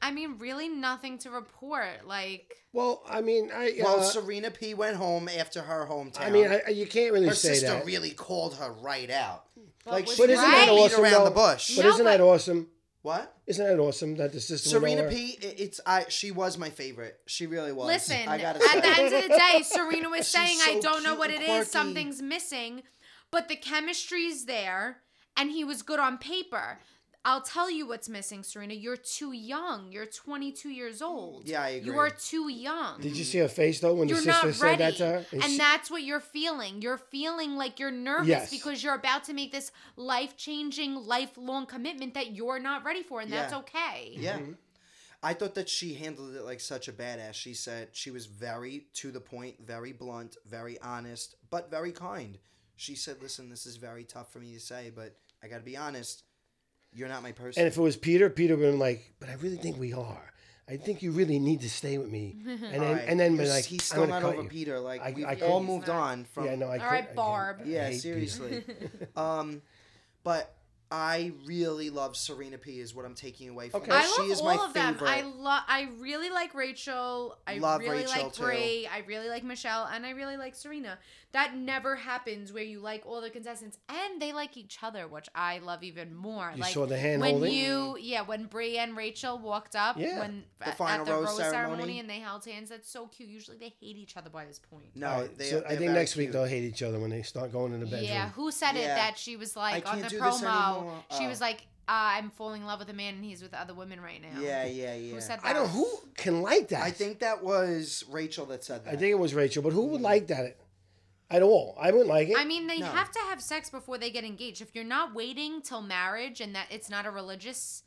Speaker 8: I mean, really nothing to report. Like,
Speaker 9: well, I mean, I.
Speaker 5: well,
Speaker 9: uh,
Speaker 5: Serena P went home after her hometown.
Speaker 9: I mean, I, I- you can't really
Speaker 5: her
Speaker 9: say
Speaker 5: sister
Speaker 9: that.
Speaker 5: really called her right out. like
Speaker 8: was
Speaker 5: she
Speaker 9: but
Speaker 5: was
Speaker 9: isn't
Speaker 8: Right.
Speaker 9: that
Speaker 5: beat
Speaker 9: awesome?
Speaker 5: around
Speaker 9: though?
Speaker 5: the bush.
Speaker 9: But
Speaker 8: No,
Speaker 9: isn't that
Speaker 8: but-
Speaker 9: awesome?
Speaker 5: What?
Speaker 9: Isn't that awesome that the sister would
Speaker 5: Serena
Speaker 9: know her?
Speaker 5: P, i- it's I. She was my favorite. She really was.
Speaker 8: listen,
Speaker 5: I
Speaker 8: at
Speaker 5: gotta
Speaker 8: the
Speaker 5: <laughs> say.
Speaker 8: end of the day, Serena was
Speaker 5: <laughs> She's
Speaker 8: saying,
Speaker 5: so
Speaker 8: I don't know
Speaker 5: cute
Speaker 8: what it
Speaker 5: and
Speaker 8: is.
Speaker 5: quirky."
Speaker 8: Something's missing, but the chemistry's there, and he was good on paper. I'll tell you what's missing, Serena. You're too young. You're 22 years old.
Speaker 5: Yeah, I
Speaker 8: You
Speaker 5: agree.
Speaker 8: are too young.
Speaker 9: Did you see her face though when
Speaker 8: you're
Speaker 9: the sister
Speaker 8: not
Speaker 9: said
Speaker 8: ready.
Speaker 9: that to her?
Speaker 8: and
Speaker 9: she-
Speaker 8: that's what you're feeling. You're feeling like you're nervous
Speaker 9: Yes.
Speaker 8: because you're about to make this life changing, lifelong commitment that you're not ready for, and that's
Speaker 5: Yeah.
Speaker 8: okay.
Speaker 5: Yeah.
Speaker 9: Mm-hmm.
Speaker 5: I thought that she handled it like such a badass. She said she was very to the point, very blunt, very honest, but very kind. She said, "Listen, this is very tough for me to say, but I got to be honest. You're not my person."
Speaker 9: And if it was Peter, Peter would have been like, "But I really think we are. I think you really need to stay with
Speaker 8: <laughs>
Speaker 9: me." And then,
Speaker 5: All right.
Speaker 9: and then, be
Speaker 5: He's-
Speaker 9: like,
Speaker 5: he's
Speaker 9: "I'm
Speaker 5: still
Speaker 9: gonna
Speaker 5: not
Speaker 9: cut
Speaker 5: over
Speaker 9: you."
Speaker 5: Peter. Like
Speaker 9: I-
Speaker 5: we've
Speaker 9: I
Speaker 5: all
Speaker 9: couldn't-
Speaker 5: moved on from.
Speaker 9: yeah, no, I
Speaker 8: All right,
Speaker 9: couldn't- I
Speaker 8: Barb.
Speaker 9: couldn't. I
Speaker 5: Yeah,
Speaker 9: hate Peter.
Speaker 8: <laughs>
Speaker 5: seriously. um, but I really love Serena P. Is what I'm taking away from.
Speaker 9: Okay.
Speaker 5: Her.
Speaker 8: I love
Speaker 5: she is
Speaker 8: all
Speaker 5: my
Speaker 8: of
Speaker 5: favorite.
Speaker 8: them. I love. I really like Rachel. I
Speaker 5: Love
Speaker 8: really
Speaker 5: Rachel,
Speaker 8: like
Speaker 5: too.
Speaker 8: Bray. I really like Michelle, and I really like Serena. That never happens where you like all the contestants and they like each other, which I love even more.
Speaker 9: You
Speaker 8: like
Speaker 9: saw the hand
Speaker 8: when
Speaker 9: holding?
Speaker 8: you, yeah, when Bray and Rachel walked up,
Speaker 9: Yeah.
Speaker 8: when
Speaker 5: The
Speaker 8: at-
Speaker 5: final
Speaker 8: at the
Speaker 5: rose
Speaker 8: rose,
Speaker 5: ceremony.
Speaker 8: ceremony. and they held hands. That's so cute. Usually they hate each other by this point.
Speaker 5: no,
Speaker 9: All right,
Speaker 5: they,
Speaker 9: so
Speaker 5: they're
Speaker 9: I think
Speaker 5: very
Speaker 9: next
Speaker 5: cute.
Speaker 9: week they'll hate each other when they start going in the bedroom.
Speaker 8: Yeah, who said it
Speaker 5: Yeah.
Speaker 8: that she was like
Speaker 5: I
Speaker 8: on the
Speaker 5: can't do this
Speaker 8: promo?
Speaker 5: anymore.
Speaker 8: She
Speaker 5: Oh.
Speaker 8: was like, uh, "I'm falling in love with a man and he's with other women right now."
Speaker 5: Yeah, yeah, yeah.
Speaker 8: Who said that?
Speaker 9: I don't. Who can like that?
Speaker 5: I think that was Rachel that said that.
Speaker 9: I think it was Rachel, but who would like that at all? I wouldn't like it.
Speaker 8: I mean, they have to have sex before they get engaged. If you're not waiting till marriage and that it's not a religious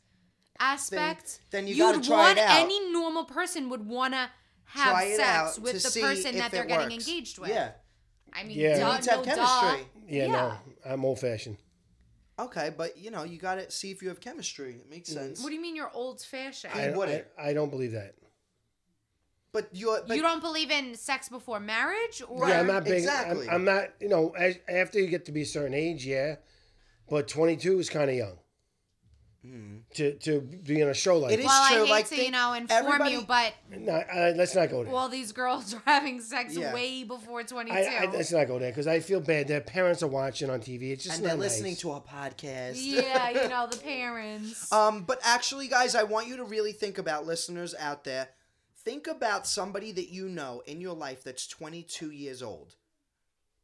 Speaker 8: aspect,
Speaker 5: then you
Speaker 8: would
Speaker 5: gotta try it
Speaker 8: want
Speaker 5: out.
Speaker 8: any normal person would want to have
Speaker 5: Try it
Speaker 8: sex
Speaker 5: out
Speaker 8: with
Speaker 5: to
Speaker 8: the
Speaker 5: see
Speaker 8: person
Speaker 5: if
Speaker 8: that they're
Speaker 5: it
Speaker 8: getting
Speaker 5: works.
Speaker 8: engaged with.
Speaker 5: Yeah,
Speaker 8: I mean,
Speaker 9: Yeah. You
Speaker 8: duh,
Speaker 5: need to have
Speaker 8: no
Speaker 5: chemistry.
Speaker 8: duh.
Speaker 9: yeah,
Speaker 8: yeah.
Speaker 9: no, I'm old fashioned.
Speaker 5: okay, but you know, you gotta see if you have chemistry. It
Speaker 9: Mm.
Speaker 5: makes sense.
Speaker 8: What do you mean you're old fashioned?
Speaker 9: I, I,
Speaker 5: wouldn't.
Speaker 9: I don't believe that.
Speaker 5: but you're but
Speaker 8: you don't believe in sex before marriage, or
Speaker 9: Yeah, I'm not big.
Speaker 5: Exactly.
Speaker 9: I'm, I'm not. You know, as, after you get to be a certain age, yeah, but 22 is kind of young to to be on a show like.
Speaker 5: It is
Speaker 9: that.
Speaker 8: well, I
Speaker 5: true,
Speaker 8: hate
Speaker 5: like,
Speaker 8: to
Speaker 5: they-
Speaker 8: you know inform
Speaker 5: everybody-
Speaker 8: you, but
Speaker 9: No, I, let's not go there.
Speaker 8: all these girls <laughs> are having sex
Speaker 5: Yeah.
Speaker 8: way before twenty two.
Speaker 9: I, I, let's not go there because I feel bad. Their parents are watching on TV. It's just
Speaker 5: and
Speaker 9: not
Speaker 5: they're listening
Speaker 9: nice.
Speaker 5: to our podcast.
Speaker 8: yeah, you know
Speaker 5: <laughs>
Speaker 8: the parents.
Speaker 5: Um, but actually, guys, I want you to really think about listeners out there. Think about somebody that you know in your life that's 22 years old.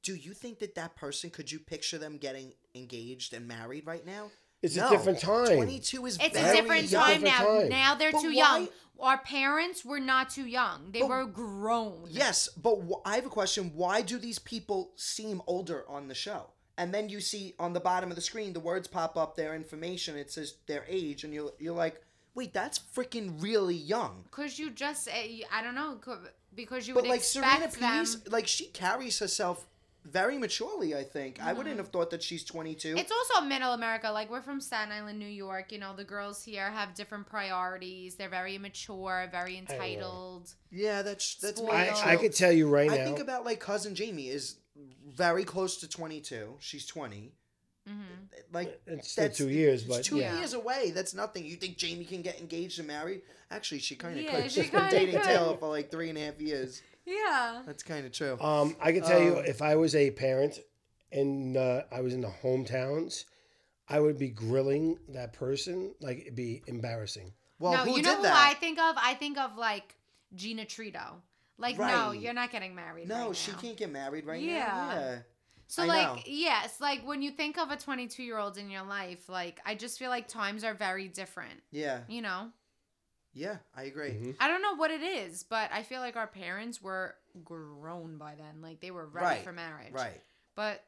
Speaker 5: Do you think that that person could you picture them getting engaged and married right now?
Speaker 9: It's a different time.
Speaker 5: 22 is
Speaker 8: It's a
Speaker 5: very
Speaker 8: different
Speaker 5: young.
Speaker 8: time now.
Speaker 9: Different time.
Speaker 8: Now they're
Speaker 5: But
Speaker 8: too
Speaker 5: why-
Speaker 8: young. Our parents were not too young. They were grown.
Speaker 5: Yes, but wh- I have a question. Why do these people seem older on the show? And then you see on the bottom of the screen the words pop up, their information. It says their age, and you're you're like, wait, that's freaking really young.
Speaker 8: Because you just, uh, you- I don't know, could- because you
Speaker 5: But
Speaker 8: would
Speaker 5: like Serena uh,
Speaker 8: expect them.
Speaker 5: Pease, like she carries herself very maturely. I think I wouldn't have thought that she's 22.
Speaker 8: Mm-hmm. It's also middle America. Like we're from Staten Island, New York. You know, the girls here have different priorities. They're very immature, very entitled.
Speaker 5: yeah, that's that's.
Speaker 8: Spoiled.
Speaker 5: very
Speaker 9: I,
Speaker 5: true.
Speaker 9: I could tell you right
Speaker 5: I
Speaker 9: now.
Speaker 5: think about like cousin Jamie is very close to 22. She's 20.
Speaker 8: Mm-hmm.
Speaker 5: Like
Speaker 9: It's still
Speaker 5: that's-
Speaker 9: two years,
Speaker 5: it's
Speaker 9: but
Speaker 5: two
Speaker 9: yeah.
Speaker 5: years away. That's nothing. You think Jamie can get engaged and married? Actually, she kind of
Speaker 8: Yeah,
Speaker 5: could.
Speaker 8: she
Speaker 5: She's been
Speaker 8: kinda
Speaker 5: dating
Speaker 8: could.
Speaker 5: Taylor for like three and a half years.
Speaker 8: Yeah.
Speaker 5: That's kind of true.
Speaker 9: Um, I can tell you,
Speaker 5: Um,
Speaker 9: if I was a parent and uh, I was in the hometowns, I would be grilling that person. Like it'd be embarrassing.
Speaker 5: well,
Speaker 8: no,
Speaker 5: who
Speaker 8: you know
Speaker 5: did
Speaker 8: who I
Speaker 5: that?
Speaker 8: think of? I think of like Gina Trito. Like, no,
Speaker 5: Right.
Speaker 8: you're not getting married.
Speaker 5: no,
Speaker 8: right
Speaker 5: she
Speaker 8: now.
Speaker 5: can't get married right now.
Speaker 8: Yeah.
Speaker 5: Yeah.
Speaker 8: So
Speaker 5: I
Speaker 8: like
Speaker 5: know.
Speaker 8: yes, like when you think of a 22 year old in your life, like I just feel like times are very different.
Speaker 5: Yeah.
Speaker 8: You know,
Speaker 5: Yeah, I agree.
Speaker 9: Mm-hmm.
Speaker 8: I don't know what it is, but I feel like our parents were grown by then, like they were ready
Speaker 5: Right,
Speaker 8: for marriage.
Speaker 5: Right.
Speaker 8: But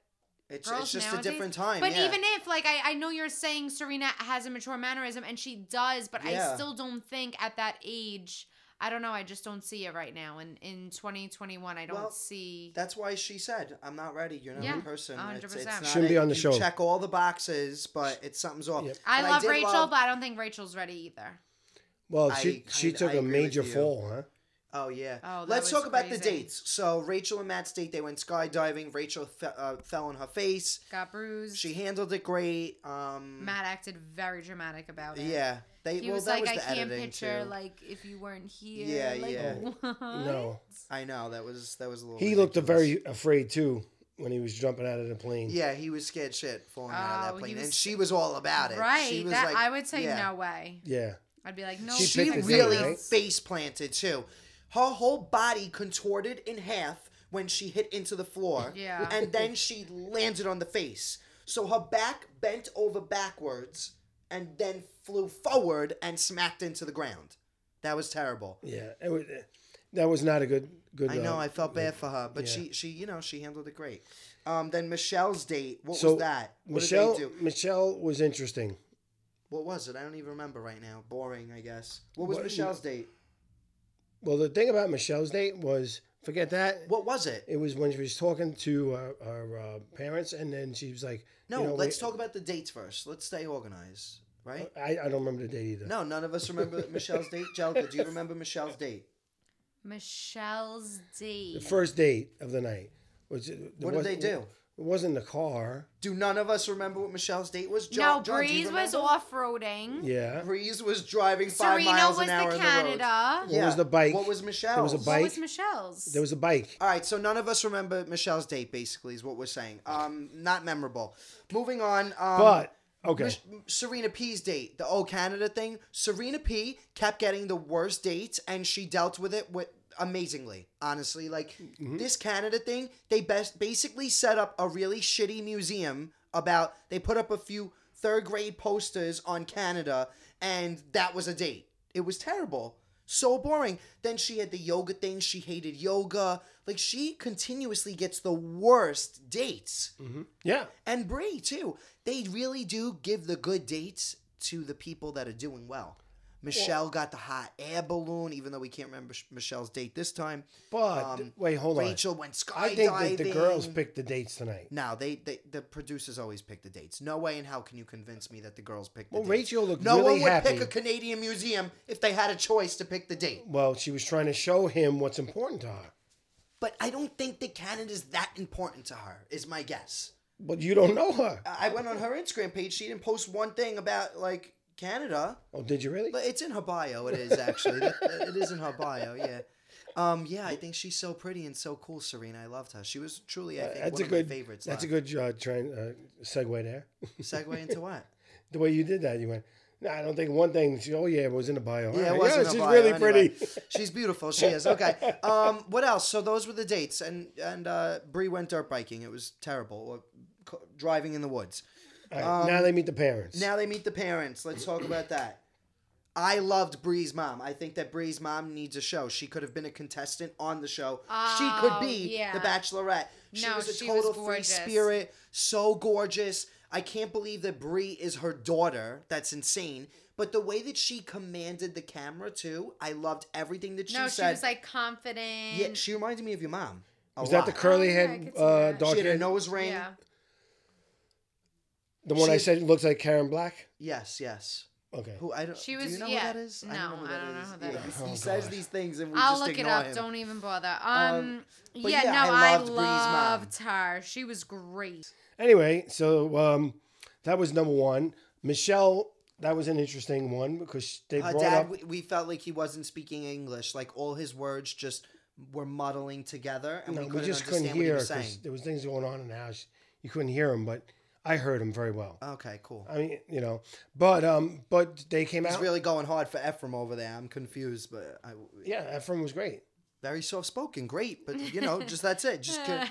Speaker 5: It's,
Speaker 8: girls
Speaker 5: it's just
Speaker 8: nowadays,
Speaker 5: a different time.
Speaker 8: But
Speaker 5: yeah.
Speaker 8: even if like I, I know you're saying Serena has a mature mannerism and she does, but
Speaker 5: Yeah.
Speaker 8: I still don't think at that age. I don't know. I just don't see it right now. And in 2021, I don't
Speaker 5: Well,
Speaker 8: see.
Speaker 5: That's why she said, "I'm not ready. You're not
Speaker 8: Yeah,
Speaker 5: my person. It's, it's
Speaker 8: 100%.
Speaker 5: not
Speaker 9: Shouldn't
Speaker 5: it.
Speaker 9: be on the
Speaker 5: You
Speaker 9: show.
Speaker 5: Check all the boxes, but it's something's off."
Speaker 9: Yep.
Speaker 8: I
Speaker 5: But
Speaker 8: love
Speaker 5: did
Speaker 8: Rachel,
Speaker 5: love-
Speaker 8: but I don't think Rachel's ready either.
Speaker 9: Well,
Speaker 5: I
Speaker 9: she she
Speaker 5: kinda-
Speaker 9: took
Speaker 5: I
Speaker 9: a
Speaker 5: agree with
Speaker 9: major
Speaker 5: you.
Speaker 9: fall, huh?
Speaker 5: Oh yeah.
Speaker 8: Oh, that
Speaker 5: Let's
Speaker 8: was
Speaker 5: talk about the
Speaker 8: crazy.
Speaker 5: dates. So Rachel and Matt's date, they went skydiving. Rachel fe- uh, fell on her face.
Speaker 8: Got bruised.
Speaker 5: She handled it great. Um,
Speaker 8: Matt acted very dramatic about it.
Speaker 5: yeah, they.
Speaker 8: He
Speaker 5: well,
Speaker 8: was like,
Speaker 5: that was
Speaker 8: I
Speaker 5: the
Speaker 8: can't
Speaker 5: editing
Speaker 8: picture
Speaker 5: too.
Speaker 8: like if you weren't here.
Speaker 5: Yeah,
Speaker 8: like,
Speaker 5: yeah.
Speaker 8: <laughs> what?
Speaker 9: No,
Speaker 5: I know that was that was a little.
Speaker 9: he looked a
Speaker 5: ridiculous.
Speaker 9: very afraid too when he was jumping out of the plane.
Speaker 5: Yeah, he was scared shit falling out of
Speaker 8: Oh,
Speaker 5: that
Speaker 8: he
Speaker 5: plane,
Speaker 8: was-
Speaker 5: and she was all about it.
Speaker 8: Right.
Speaker 5: She was
Speaker 8: that
Speaker 5: like,
Speaker 8: I would say
Speaker 5: yeah.
Speaker 8: no way.
Speaker 9: yeah.
Speaker 8: I'd be like, no.
Speaker 9: She
Speaker 5: she
Speaker 9: picked his
Speaker 5: really
Speaker 9: date, right?
Speaker 5: face planted too. Her whole body contorted in half when she hit into the floor.
Speaker 8: Yeah.
Speaker 5: And then she landed on the face. So her back bent over backwards and then flew forward and smacked into the ground. That was terrible.
Speaker 9: Yeah, it was, that was not a good good.
Speaker 5: I know.
Speaker 9: uh,
Speaker 5: I felt bad for her, but
Speaker 9: yeah.
Speaker 5: she, she, you know, she handled it great. Um, then Michelle's date. What
Speaker 9: So,
Speaker 5: was that? What
Speaker 9: Michelle
Speaker 5: did they do?
Speaker 9: Michelle was interesting.
Speaker 5: What was it? I don't even remember right now. Boring, I guess. What was
Speaker 9: What-
Speaker 5: Michelle's date?
Speaker 9: Well, the thing about Michelle's date was forget that.
Speaker 5: What was it?
Speaker 9: It was when she was talking to her, her uh, parents, and then she was like,
Speaker 5: No,
Speaker 9: you know,
Speaker 5: let's
Speaker 9: we- Uh,
Speaker 5: talk about the dates first. Let's stay organized, right?
Speaker 9: I, I don't remember the date either.
Speaker 5: No, none of us
Speaker 9: <laughs>
Speaker 5: remember Michelle's date. Jelka, do you remember Michelle's date?
Speaker 8: Michelle's
Speaker 9: The
Speaker 8: date.
Speaker 9: first date of the night. Which
Speaker 5: What did they do?
Speaker 9: It wasn't the car.
Speaker 5: Do none of us remember what Michelle's date was? Jo-
Speaker 8: no,
Speaker 5: John, do you
Speaker 8: Breeze was
Speaker 5: remember?
Speaker 8: off roading.
Speaker 9: Yeah.
Speaker 5: Breeze was driving five
Speaker 8: Serena
Speaker 5: miles
Speaker 8: was the
Speaker 5: an hour in the road.
Speaker 8: Canada.
Speaker 9: What was the bike?
Speaker 5: What was Michelle's?
Speaker 9: There was a
Speaker 8: What
Speaker 9: bike.
Speaker 8: was Michelle's?
Speaker 9: There was a bike.
Speaker 5: All right, so none of us remember Michelle's date. Basically, is what we're saying. Um, not memorable. Moving on. Um,
Speaker 9: But okay.
Speaker 5: Mich- Serena P's date, the old Canada thing. Serena P kept getting the worst dates, and she dealt with it with amazingly. Honestly, like this Canada thing, they best basically set up a really shitty museum about. They put up a few third grade posters on Canada, and that was a date. It was terrible. So boring. Then she had the yoga thing. She hated yoga. Like she continuously gets the worst dates
Speaker 9: Mm-hmm. yeah.
Speaker 5: and Brie too. They really do give the good dates to the people that are doing well. Michelle got the hot air balloon, even though we can't remember Sh- Michelle's date this time.
Speaker 9: But
Speaker 5: Um,
Speaker 9: wait, hold on.
Speaker 5: Rachel went skydiving.
Speaker 9: I think that the girls picked the dates tonight.
Speaker 5: No, they, they the producers always pick the dates. No way in hell can you convince me that the girls picked.
Speaker 9: Well,
Speaker 5: the dates.
Speaker 9: Rachel looked
Speaker 5: No
Speaker 9: really
Speaker 5: one would
Speaker 9: happy.
Speaker 5: pick a Canadian museum if they had a choice to pick the date.
Speaker 9: Well, she was trying to show him what's important to her.
Speaker 5: But I don't think that Canada's that important to her. Is my guess.
Speaker 9: But you don't know her.
Speaker 5: I went on her Instagram page. She didn't post one thing about like Canada.
Speaker 9: Oh, did you really?
Speaker 5: But it's in her bio. It is actually. That- that- it is in her bio. Yeah. Um. Yeah. I think she's so pretty and so cool, Serena. I loved her. She was truly, I think,
Speaker 9: Uh, that's
Speaker 5: one
Speaker 9: a
Speaker 5: of
Speaker 9: good.
Speaker 5: my favorites. left.
Speaker 9: That's a good uh, trend, uh, segue there. <laughs>
Speaker 5: segue into what?
Speaker 9: the way you did that, you went. No, I don't think one thing. She, oh yeah, it was in a
Speaker 5: Yeah,
Speaker 9: bio. All
Speaker 5: it
Speaker 9: right.
Speaker 5: was in her
Speaker 9: she's
Speaker 5: bio
Speaker 9: really
Speaker 5: anyway.
Speaker 9: pretty.
Speaker 5: She's beautiful. She is. Okay. Um. What else? So those were the dates, and and uh, Bree went dirt biking. It was terrible. Or co- driving in the woods.
Speaker 9: All right, now they meet the parents.
Speaker 5: Um, Now they meet the parents. Let's talk about that. I loved Bree's mom. I think that Bree's mom needs a show. She could have been a contestant on the show. she could
Speaker 8: Oh,
Speaker 5: be
Speaker 8: yeah.
Speaker 5: the Bachelorette. She
Speaker 8: No,
Speaker 5: was a
Speaker 8: she was
Speaker 5: total free
Speaker 8: gorgeous.
Speaker 5: spirit, so gorgeous. I can't believe that Bree is her daughter. That's insane. But the way that she commanded the camera too, I loved everything that she
Speaker 8: no,
Speaker 5: said.
Speaker 8: she was like "Mm." confident.
Speaker 5: yeah, she reminded me of your mom. A
Speaker 9: was
Speaker 5: lot.
Speaker 9: that the curly
Speaker 8: Oh, yeah, I
Speaker 9: head
Speaker 8: could see
Speaker 9: uh,
Speaker 8: that.
Speaker 9: dog?
Speaker 5: She had a
Speaker 9: kid?
Speaker 5: nose ring.
Speaker 8: Yeah.
Speaker 9: the one I
Speaker 5: she-
Speaker 9: said looks like Karen Black.
Speaker 5: Yes, yes.
Speaker 9: Okay.
Speaker 5: Who I don't.
Speaker 8: She
Speaker 5: Do
Speaker 8: was-
Speaker 5: you know
Speaker 8: yeah.
Speaker 5: who that is?
Speaker 8: No, I don't know who that
Speaker 5: Yeah,
Speaker 8: is.
Speaker 5: he
Speaker 9: Oh,
Speaker 5: says
Speaker 9: God.
Speaker 5: these things, and we
Speaker 8: I'll
Speaker 5: just
Speaker 8: look it
Speaker 5: ignore
Speaker 8: up.
Speaker 5: Him.
Speaker 8: Don't even bother. Um,
Speaker 5: Um, but
Speaker 8: yeah,
Speaker 5: yeah,
Speaker 8: no,
Speaker 5: I
Speaker 8: I
Speaker 5: loved
Speaker 8: loved,
Speaker 5: Bree's mom.
Speaker 8: her. She was great.
Speaker 9: Anyway, so um, that was number one. Michelle, that was an interesting one because they
Speaker 5: Her
Speaker 9: brought
Speaker 5: Uh, dad,
Speaker 9: up.
Speaker 5: we, we felt like he wasn't speaking English. Like all his words just were muddling together, and
Speaker 9: No,
Speaker 5: we,
Speaker 9: we
Speaker 5: couldn't
Speaker 9: just
Speaker 5: understand
Speaker 9: couldn't hear
Speaker 5: what he was
Speaker 9: because
Speaker 5: saying.
Speaker 9: there was things going on in the house. You couldn't hear him, but I heard him very well.
Speaker 5: Okay, cool.
Speaker 9: I mean, you know, but um, but they came
Speaker 5: He's
Speaker 9: out.
Speaker 5: really going hard for Ephraim over there. I'm confused, but I,
Speaker 9: yeah, Ephraim was great.
Speaker 5: very soft spoken, great, but you know, just that's it.
Speaker 8: <laughs>
Speaker 5: Just can,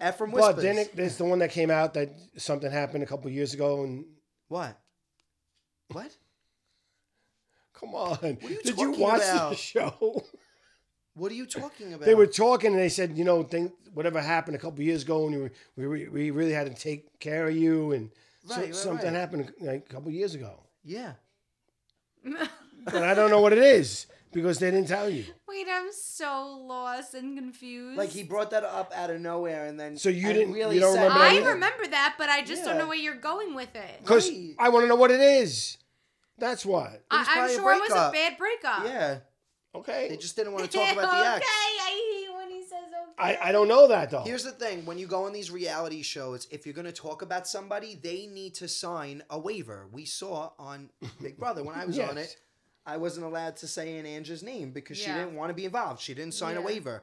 Speaker 5: Ephraim
Speaker 9: But
Speaker 5: whispers.
Speaker 9: then it, there's the one that came out that something happened a couple years ago, and
Speaker 5: what? What?
Speaker 9: come on,
Speaker 5: you
Speaker 9: did you
Speaker 5: talking
Speaker 9: watch the
Speaker 5: about?
Speaker 9: <laughs> show?
Speaker 5: What are you talking about?
Speaker 9: they were talking, and they said, you know, thing, whatever happened a couple years ago, and you were- we, we we really had to take care of you, and so-
Speaker 5: Right, right,
Speaker 9: something
Speaker 5: right.
Speaker 9: happened like a couple years ago,
Speaker 5: yeah.
Speaker 9: but I don't know what it is because they didn't tell you.
Speaker 8: Wait, I'm so lost and confused.
Speaker 5: Like he brought that up out of nowhere, and then
Speaker 9: So you
Speaker 5: and
Speaker 9: didn't- you don't
Speaker 5: said-
Speaker 9: remember that
Speaker 8: I
Speaker 9: either?
Speaker 8: remember that, but I just don't
Speaker 5: Yeah.
Speaker 8: know where you're going with it.
Speaker 9: Because
Speaker 5: Right.
Speaker 9: I want to know what it is. That's what.
Speaker 8: I,
Speaker 5: was
Speaker 8: I'm
Speaker 5: probably a
Speaker 8: sure it was a
Speaker 5: breakup.
Speaker 8: bad breakup. <laughs>
Speaker 5: Yeah,
Speaker 9: Okay.
Speaker 5: they just didn't want to talk about the
Speaker 8: Ah. okay,
Speaker 5: ex.
Speaker 8: I hate when he says okay.
Speaker 9: I, I don't know that though.
Speaker 5: Here's the thing: when you go on these reality shows, if you're going to talk about somebody, they need to sign a waiver. We saw on Big Brother when I was on
Speaker 9: Yes.
Speaker 5: it, I wasn't allowed to say Aunt Angie's name because she
Speaker 8: Yeah.
Speaker 5: didn't want to be involved. She didn't sign a
Speaker 8: Yeah.
Speaker 5: waiver.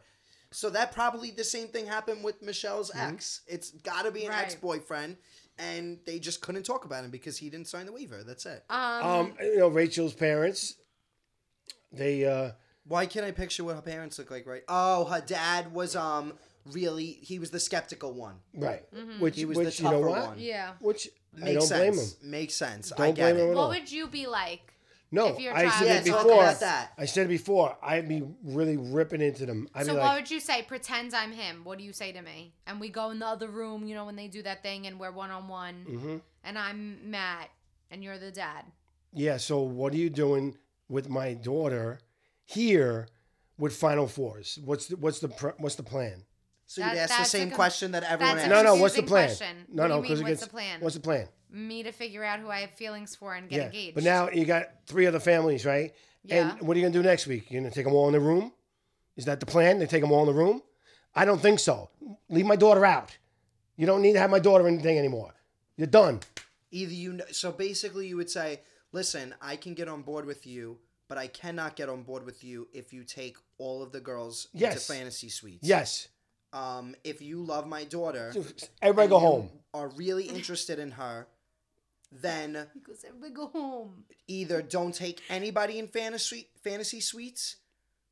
Speaker 5: So that probably the same thing happened with Michelle's ex. It's got to be an
Speaker 8: Right.
Speaker 5: ex-boyfriend, and they just couldn't talk about him because he didn't sign the waiver. That's it.
Speaker 9: um, you know, Rachel's parents. They uh,
Speaker 5: Why can't I picture what her parents look like? Right? Oh, her dad was um really he was the skeptical one.
Speaker 9: right, which
Speaker 5: Mm-hmm. He was
Speaker 9: which
Speaker 5: the
Speaker 9: you know
Speaker 5: tougher
Speaker 9: what,
Speaker 5: one.
Speaker 8: yeah.
Speaker 9: which I don't
Speaker 5: Makes
Speaker 9: blame
Speaker 5: sense.
Speaker 9: him.
Speaker 5: Makes sense. I
Speaker 9: Don't
Speaker 5: get
Speaker 9: blame him
Speaker 5: it.
Speaker 9: at
Speaker 8: What
Speaker 9: all.
Speaker 8: would you be like?
Speaker 9: No,
Speaker 8: if your
Speaker 9: I
Speaker 8: child
Speaker 9: said it
Speaker 8: Yeah,
Speaker 5: talk
Speaker 9: before.
Speaker 5: about that.
Speaker 9: I said it before. I'd be really ripping into them. I'd
Speaker 8: so
Speaker 9: be
Speaker 8: what
Speaker 9: like,
Speaker 8: would you say? Pretends I'm him. What do you say to me? And we go in the other room, you know, when they do that thing and we're one on one
Speaker 9: mm-hmm.
Speaker 8: and I'm Matt and you're the dad.
Speaker 9: yeah. So what are you doing with my daughter here with Final Fours? What's the, what's the pr- what's the plan?
Speaker 5: So you'd
Speaker 8: That-
Speaker 5: ask the
Speaker 8: that's a
Speaker 5: same
Speaker 8: com-
Speaker 5: question that everyone
Speaker 8: that's
Speaker 5: asks.
Speaker 8: a
Speaker 9: No, no. What's the
Speaker 8: confusing
Speaker 9: plan?
Speaker 8: question.
Speaker 9: No,
Speaker 8: What do
Speaker 9: no.
Speaker 8: you
Speaker 9: Because
Speaker 8: mean,
Speaker 9: it
Speaker 8: what's the
Speaker 9: gets
Speaker 8: plan?
Speaker 9: what's the plan?
Speaker 8: Me to figure out who I have feelings for and get
Speaker 9: yeah.
Speaker 8: engaged. <laughs>
Speaker 9: But now you got three other families, right?
Speaker 8: Yeah.
Speaker 9: And what are you gonna do next week? You're gonna take them all in the room? Is that the plan? They take them all in the room? I don't think so. Leave my daughter out. You don't need to have my daughter in the thing anymore. You're done.
Speaker 5: Either you. Know, so basically, you would say, "Listen, I can get on board with you, but I cannot get on board with you if you take all of the girls into
Speaker 9: Yes.
Speaker 5: fantasy suites.
Speaker 9: Yes.
Speaker 5: Um, if you love my daughter,
Speaker 9: Everybody
Speaker 5: and
Speaker 9: go
Speaker 5: you
Speaker 9: home.
Speaker 5: Are really interested in her, then
Speaker 8: Because we go home.
Speaker 5: either don't take anybody in fantasy fantasy suites,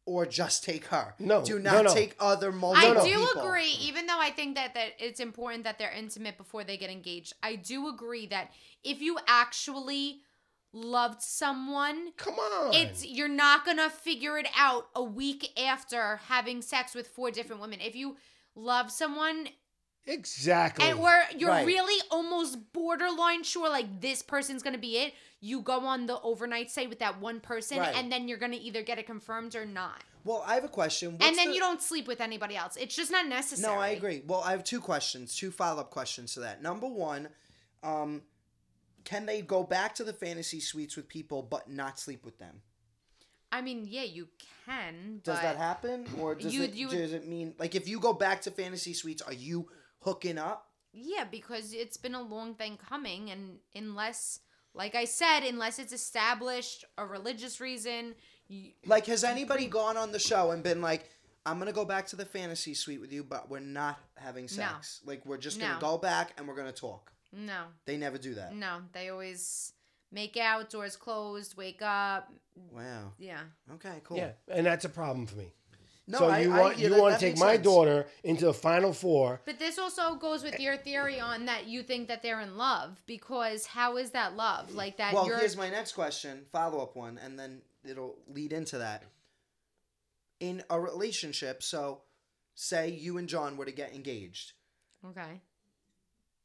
Speaker 5: or just take her.
Speaker 9: No,
Speaker 5: do
Speaker 9: no,
Speaker 5: not
Speaker 9: no.
Speaker 5: take other multiple.
Speaker 8: I do
Speaker 5: people.
Speaker 8: agree, even though I think that, that it's important that they're intimate before they get engaged. I do agree that if you actually loved someone,
Speaker 9: Come on.
Speaker 8: it's you're not gonna figure it out a week after having sex with four different women. If you love someone
Speaker 9: exactly.
Speaker 8: and where you're
Speaker 5: Right.
Speaker 8: really almost borderline sure like this person's gonna be it, you go on the overnight stay with that one person
Speaker 5: Right.
Speaker 8: and then you're gonna either get it confirmed or not.
Speaker 5: Well, I have a question. What's
Speaker 8: and then
Speaker 5: the-
Speaker 8: you don't sleep with anybody else. It's just not necessary.
Speaker 5: No, I agree. Well, I have two questions, two follow up questions to that. Number one, um, can they go back to the fantasy suites with people but not sleep with them?
Speaker 8: I mean, yeah, you can.
Speaker 5: Does
Speaker 8: but
Speaker 5: that happen, or does,
Speaker 8: You-
Speaker 5: it,
Speaker 8: you-
Speaker 5: does it mean like if you go back to fantasy suites, are you hooking up?
Speaker 8: Yeah, because it's been a long thing coming, and unless, like I said, unless it's established a religious reason, you,
Speaker 5: Like, has anybody gone on the show and been like, "I'm gonna go back to the fantasy suite with you, but we're not having sex. Like, we're just gonna
Speaker 8: No.
Speaker 5: go back and we're gonna talk."
Speaker 8: no,
Speaker 5: They never do that.
Speaker 8: no, they always make out, doors closed, wake up,
Speaker 5: Wow.
Speaker 8: yeah.
Speaker 5: Okay. Cool.
Speaker 9: yeah. And that's a problem for me.
Speaker 5: No,
Speaker 9: so
Speaker 5: I,
Speaker 9: you
Speaker 5: I
Speaker 9: want
Speaker 5: hear
Speaker 9: you
Speaker 5: that.
Speaker 9: want
Speaker 5: That
Speaker 9: to take
Speaker 5: makes
Speaker 9: my
Speaker 5: sense.
Speaker 9: daughter into the final four.
Speaker 8: But this also goes with your theory on that you think that they're in love because how is that love like that?
Speaker 5: Well,
Speaker 8: you're,
Speaker 5: here's my next question, follow up one, and then it'll lead into that. In a relationship, so say you and John were to get engaged
Speaker 8: okay.